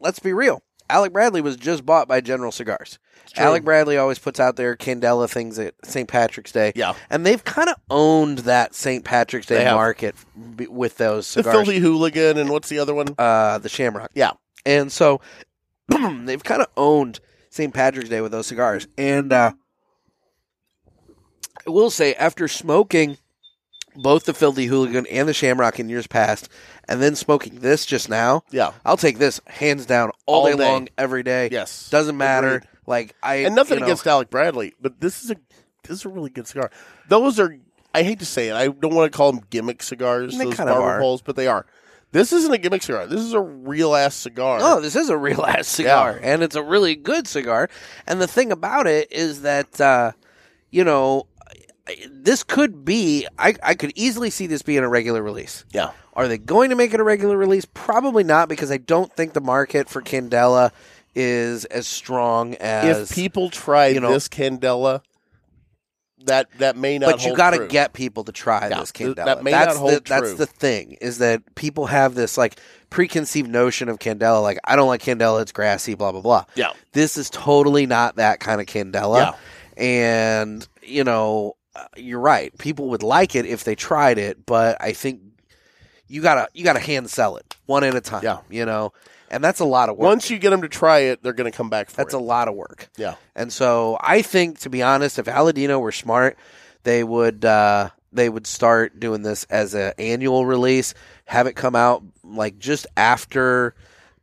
Let's be real. Alec Bradley was just bought by General Cigars.
true.
Alec Bradley always puts out their Candela things at St. Patrick's Day
yeah.
and they've kind of owned that St. Patrick's
They
Day
have.
market b- with those
The
cigars,
filthy hooligan and what's the other one?
uh, the Shamrock.
Yeah.
and so <clears throat> they've kind of owned St. Patrick's Day with those cigars. And uh, I will say, after smoking both the filthy hooligan and the Shamrock in years past, and then smoking this just now,
Yeah.
I'll take this hands down all,
All
day,
day.
long, every day.
Yes.
doesn't matter.
Agreed.
Like I
And nothing
you know,
against Alec Bradley, but this is a this is a really good cigar. Those are I hate to say it, I don't want to call them gimmick cigars,
They
those
kind of
barber
are.
poles, but they are. This isn't a gimmick cigar. This is a real ass cigar.
No, oh, this is a real <laughs> ass cigar, and it's a really good cigar. And the thing about it is that, uh, you know, I- this could be. I, I could easily see this being a regular release.
Yeah.
Are they going to make it a regular release? Probably not, because I don't think the market for Candela is as strong as.
If people try
you know-
this Candela, that that may not.
but you
got
got to get people to try
Yeah,
this
th-
Candela.
that may
that's
not hold
the, That's
true.
the thing is that people have this like preconceived notion of Candela. Like I don't like Candela; it's grassy, blah blah blah.
Yeah.
this is totally not that kind of Candela.
Yeah.
And, you know, uh, you're right. People would like it if they tried it, but I think you got to you got to hand sell it one at a time,
Yeah.
you know. And that's a lot of work.
Once you get them to try it, they're going to come back for
that's
it.
a lot of work.
yeah.
And so I think, to be honest, if Aladino were smart, they would uh, they would start doing this as an annual release, have it come out like just after,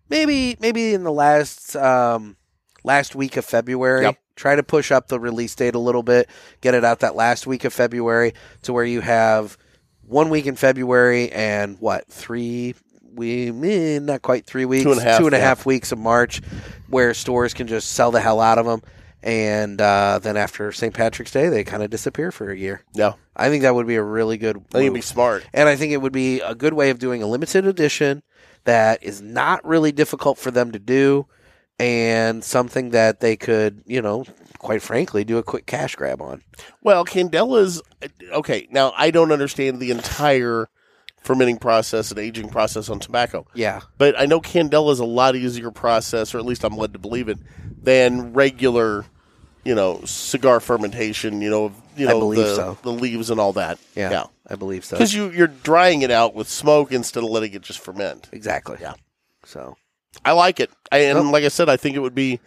maybe maybe in the last um, last week of February.
Yep.
Try to push up the release date a little bit, get it out that last week of February to where you have one week in February and what three. We eh, not quite three weeks,
Two and a half,
two and a
yeah.
half weeks of March where stores can just sell the hell out of them. And uh, then after St. Patrick's Day, they kind of disappear for a year.
Yeah.
I think that would be a really good.
I think it'd be
move.
smart.
and I think it would be a good way of doing a limited edition that is not really difficult for them to do, and something that they could, you know, quite frankly, do a quick cash grab on.
Well, Candela's okay. Now I don't understand the entire fermenting process and aging process on tobacco,
Yeah,
but I know Candela's a lot easier process, or at least I'm led to believe it, than regular, you know, cigar fermentation. You know, of- you
I
know
believe
the,
so.
the leaves and all that.
yeah, I believe so.
because you you're drying it out with smoke instead of letting it just ferment.
Exactly.
Yeah.
So
I like it, I, and
Well-
like I said, I think it would be.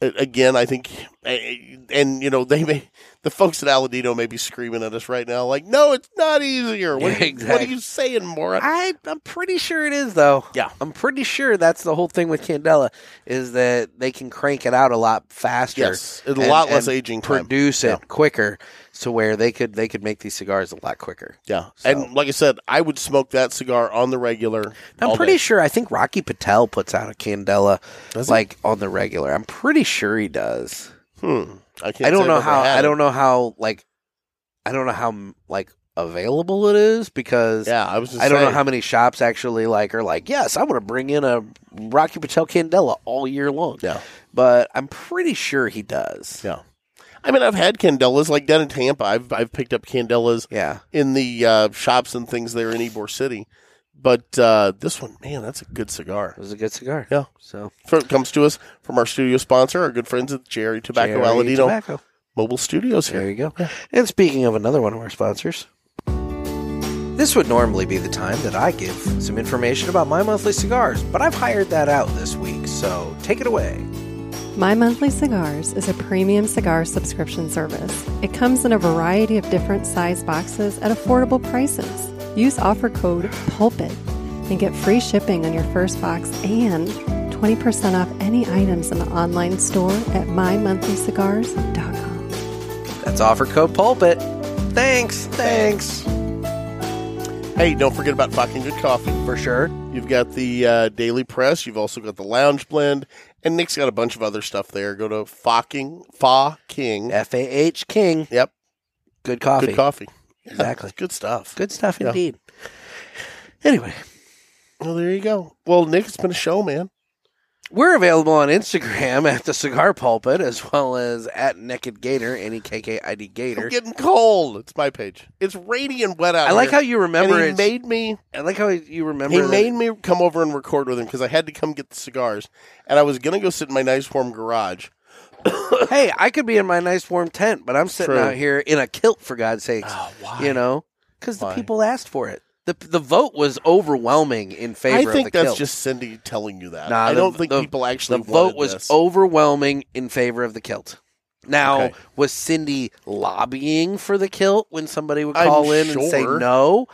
a- Again, I think, a- and you know, they may the folks at Aladino may be screaming at us right now, like, "No, it's not easier." What,
Yeah,
what
exact-
are you saying, moron?
I, I'm pretty sure it is, though.
Yeah.
I'm pretty sure that's the whole thing with Candela is that they can crank it out a lot faster.
Yes, and a lot less aging time.
Produce it
Yeah.
quicker. to where they could they could make these cigars a lot quicker.
Yeah.
So-
And like I said, I would smoke that cigar on the regular.
I'm
all
pretty
day.
sure. I think Rocky Patel puts out a Candela,
Does he?
like on the regular. I'm pretty sure he does.
Hmm. I can't.
I
say
don't
I've
know
ever
how.
had
I
it.
don't know how. Like, I don't know how m- like available it is because
Yeah, I was. Just
I don't know
saying.
how many shops actually like are like, yes, I want to bring in a Rocky Patel Candela all year long.
Yeah.
But I'm pretty sure he does.
Yeah. I mean, I've had candelas like down in Tampa. I've I've picked up candelas
Yeah.
in the uh, shops and things there in Ybor City, but uh, this one, man, that's a good cigar.
It was a good cigar.
Yeah.
So
For, it comes to us from our studio sponsor, our good friends at Jerry Tobacco
Jerry
Aladino
Tobacco.
Mobile Studios
There
here.
you go. And speaking of another one of our sponsors, this would normally be the time that I give some information about my monthly cigars, but I've hired that out this week, so take it away.
My Monthly Cigars is a premium cigar subscription service. It comes in a variety of different size boxes at affordable prices. Use offer code PULPIT and get free shipping on your first box and 20% off any items in the online store at mymonthlycigars.com.
That's offer code pulpit. Thanks, thanks
Hey, don't forget about fucking good coffee.
for sure.
You've got the uh, Daily Press. You've also got the Lounge Blend, and Nick's got a bunch of other stuff there. Go to fucking Fa King.
F A H King.
Yep,
Good coffee.
good coffee. Yeah,
Exactly.
it's good stuff.
Good stuff
Yeah.
indeed. Anyway,
Well, there you go. Well, Nick, it's been a show, man.
we're available on Instagram <laughs> at the Cigar Pulpit as well as at Naked Gator, N E K K I D Gator.
I'm getting cold. It's my page. It's rainy and wet out.
I like
here.
how you remember
and he
it's-
made me.
I like how you remember.
He
that-
made me come over and record with him because I had to come get the cigars, and I was gonna go sit in my nice warm garage.
hey, I could be in my nice warm tent, but I'm sitting
True. Oh,
out here in a kilt for God's sakes.
why?
You know, because the
Why?
people asked for it. the The vote was overwhelming in favor.
I
of
think
the
that's
kilt.
just Cindy telling you that.
Nah,
I
the-
don't think
the-
people actually.
the vote
wanted
was
this.
overwhelming in favor of the kilt. Now,
Okay.
was Cindy lobbying for the kilt when somebody would
I'm
call in and say
sure.
no?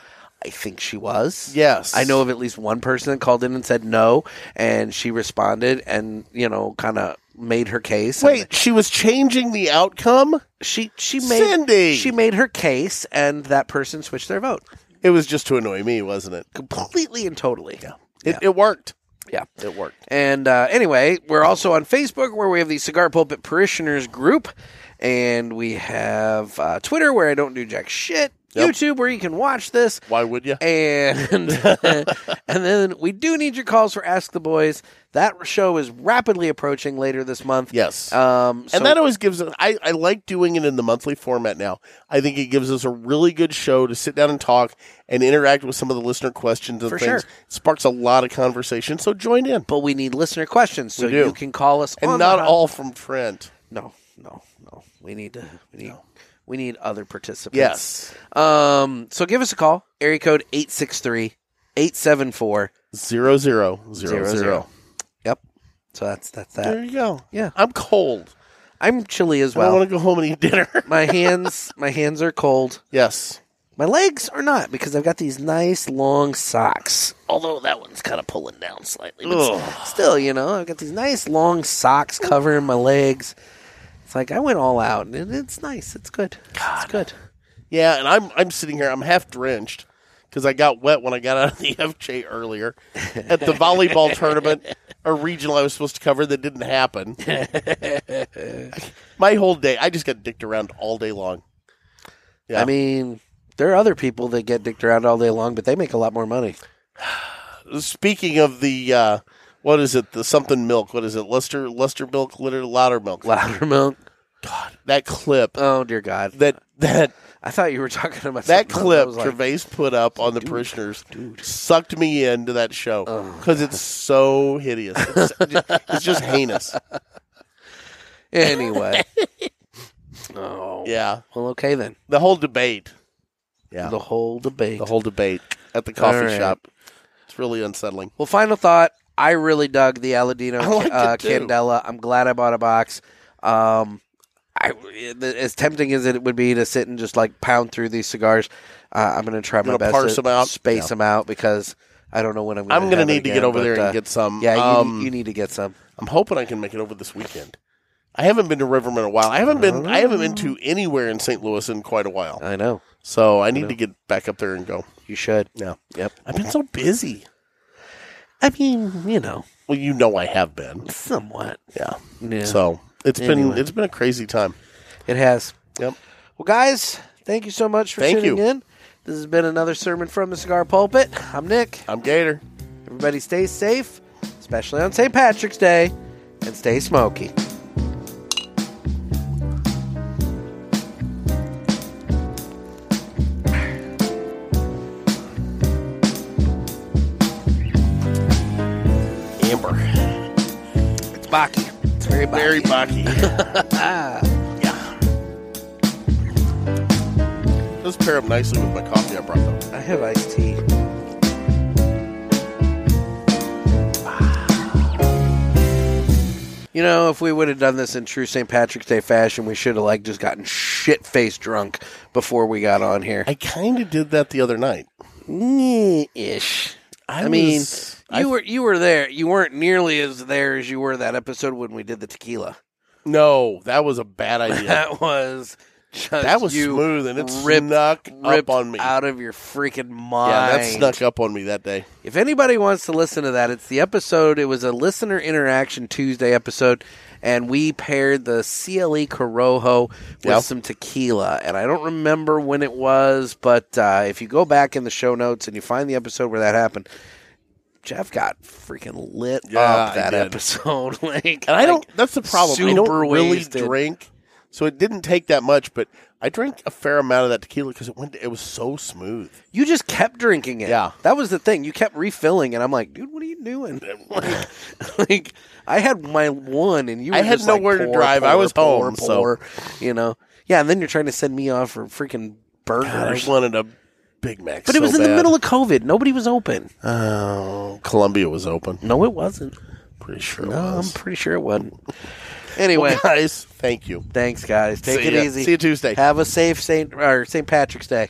I think she was.
Yes,
I know of at least one person that called in and said no, and she responded and you know kind of made her case. and
Wait, she was changing the outcome.
she she made
Cindy!
she made her case, and that person switched their vote
It was just to annoy me, wasn't it?
completely and totally. Yeah,
It, it worked.
yeah.
It worked.
And uh, anyway, we're also on Facebook where we have the Cigar Pulpit Parishioners group, and we have uh, Twitter where I don't do jack shit,
Yep.
YouTube where you can watch this,
Why would you?
and <laughs> and then we do need your calls for Ask the Boys. That show is rapidly approaching later this month.
Yes.
Um, so-
and that always gives us I, I like doing it in the monthly format now i think it gives us a really good show to sit down and talk and interact with some of the listener questions and
For
things
sure.
sparks a lot of conversation so join in
but we need listener questions, so
We do.
you can call us.
and
on uh,
not
the hot-
all from trent
No, no, no. We need to. We need. We need other participants.
yes
Um. So give us a call. Area code 863-874-00.
zero zero zero zero
Yep. So that's that's
there
that.
you go
Yeah.
i'm cold
I'm chilly as
i
well.
want to go home and eat dinner <laughs>
my hands my hands are cold.
yes
My legs are not because I've got these nice long socks. Although that one's kind of pulling down slightly, but s- still, you know, I've got these nice long socks covering my legs. It's like I went all out, and it- it's nice. It's good. It's good.
yeah and i'm i'm sitting here i'm half drenched because I got wet when I got out of the <laughs> FJ earlier at the volleyball tournament, a regional I was supposed to cover that didn't happen. <laughs> My whole day, I just got dicked around all day long. Yeah.
I mean, there are other people that get dicked around all day long, but they make a lot more money.
Speaking of the, uh, what is it? The something milk. What is it? Lester, Lester milk, litter, louder milk.
Louder milk.
That clip,
Oh dear God!
that that
I thought you were talking about
that
something else. I
clip
was like,
Gervais put up on the parishioners sucked me into that show because it's so hideous.
<laughs>
It's, it's just heinous. <laughs>
anyway. oh
Yeah.
well, okay then.
The whole debate. Yeah.
The
The,
whole debate.
whole debate at the coffee
All right.
shop. It's really unsettling.
well, final thought. I really dug the Aladino
<laughs> I liked
uh,
it, too.
Candela. I'm glad I bought a box. Um, I, as tempting as it would be to sit and just like pound through these cigars, uh, I'm going to try my
Gonna
best
parse
to
them out.
space
Yeah.
them out because I don't know when I'm. going
I'm
to
going to need to get over there and get some.
uh, Yeah, you,
Um,
you need to get some.
I'm hoping I can make it over this weekend. I haven't been to Riverman in a while. I haven't been. I haven't been to anywhere in St. Louis in quite a while.
Oh. I know.
So I need to get back up there and go.
You should. No. Yep.
I've been so busy.
I mean, you know,
Well, you know I have been.
somewhat.
Yeah.
Yeah.
So it's
Anyway.
been it's been a crazy time.
It has.
Yep.
Well, guys, thank you so much for
Thank
tuning
you.
in. This has been another sermon from the cigar pulpit. I'm Nick.
I'm Gator.
Everybody stay safe, especially on St. Patrick's Day, and stay smoky.
Amber.
It's Baki. It's very Baki.
Barry <laughs> Bucky. yeah. Those pair up nicely with my coffee I brought them.
I have iced tea. Ah. You know, if we would have done this in true St. Patrick's Day fashion, we should have like just gotten shit faced drunk before we got on here.
I kind of did that the other night.
ish. I,
I
mean,
was-
you
I-
were you were there. You weren't nearly as there as you were that episode when we did the tequila.
No, that was a bad <laughs> idea.
That was just
That was
you
smooth, and it
ripped,
snuck up
ripped
on me.
out of your freaking mind.
yeah, that snuck up on me that day.
If anybody wants to listen to that, it's the episode. It was a listener interaction Tuesday episode, and we paired the CLE Corojo with
Yep.
some tequila. And I don't remember when it was, but uh, if you go back in the show notes and you find the episode where that happened, Jeff got freaking lit
Yeah,
up
I
that
did.
episode. <laughs> like,
And I don't.
like,
that's the problem. I don't
super
really
wasted.
drink, so it didn't take that much. But I drank a fair amount of that tequila because it went. It was so smooth.
You just kept drinking it.
Yeah.
That was the thing. You kept refilling, and I'm like, dude, what are you doing? <laughs> like, like, I had my one, and you were
I had
just like,
nowhere to
pour,
drive. I
pour,
was
pour,
home,
pour, you know? Yeah, and then you're trying to send me off for freaking
God, I
burgers.
wanted a Big Mac,
but it was in the middle of COVID. Nobody was open.
Oh, Columbia was open.
No, it wasn't.
Pretty sure it
No, I'm
was.
pretty sure it wasn't. Anyway,
Well, guys, thank you.
thanks, guys. Take
See
it
ya.
easy.
See you Tuesday.
Have a safe Saint or St. Patrick's Day.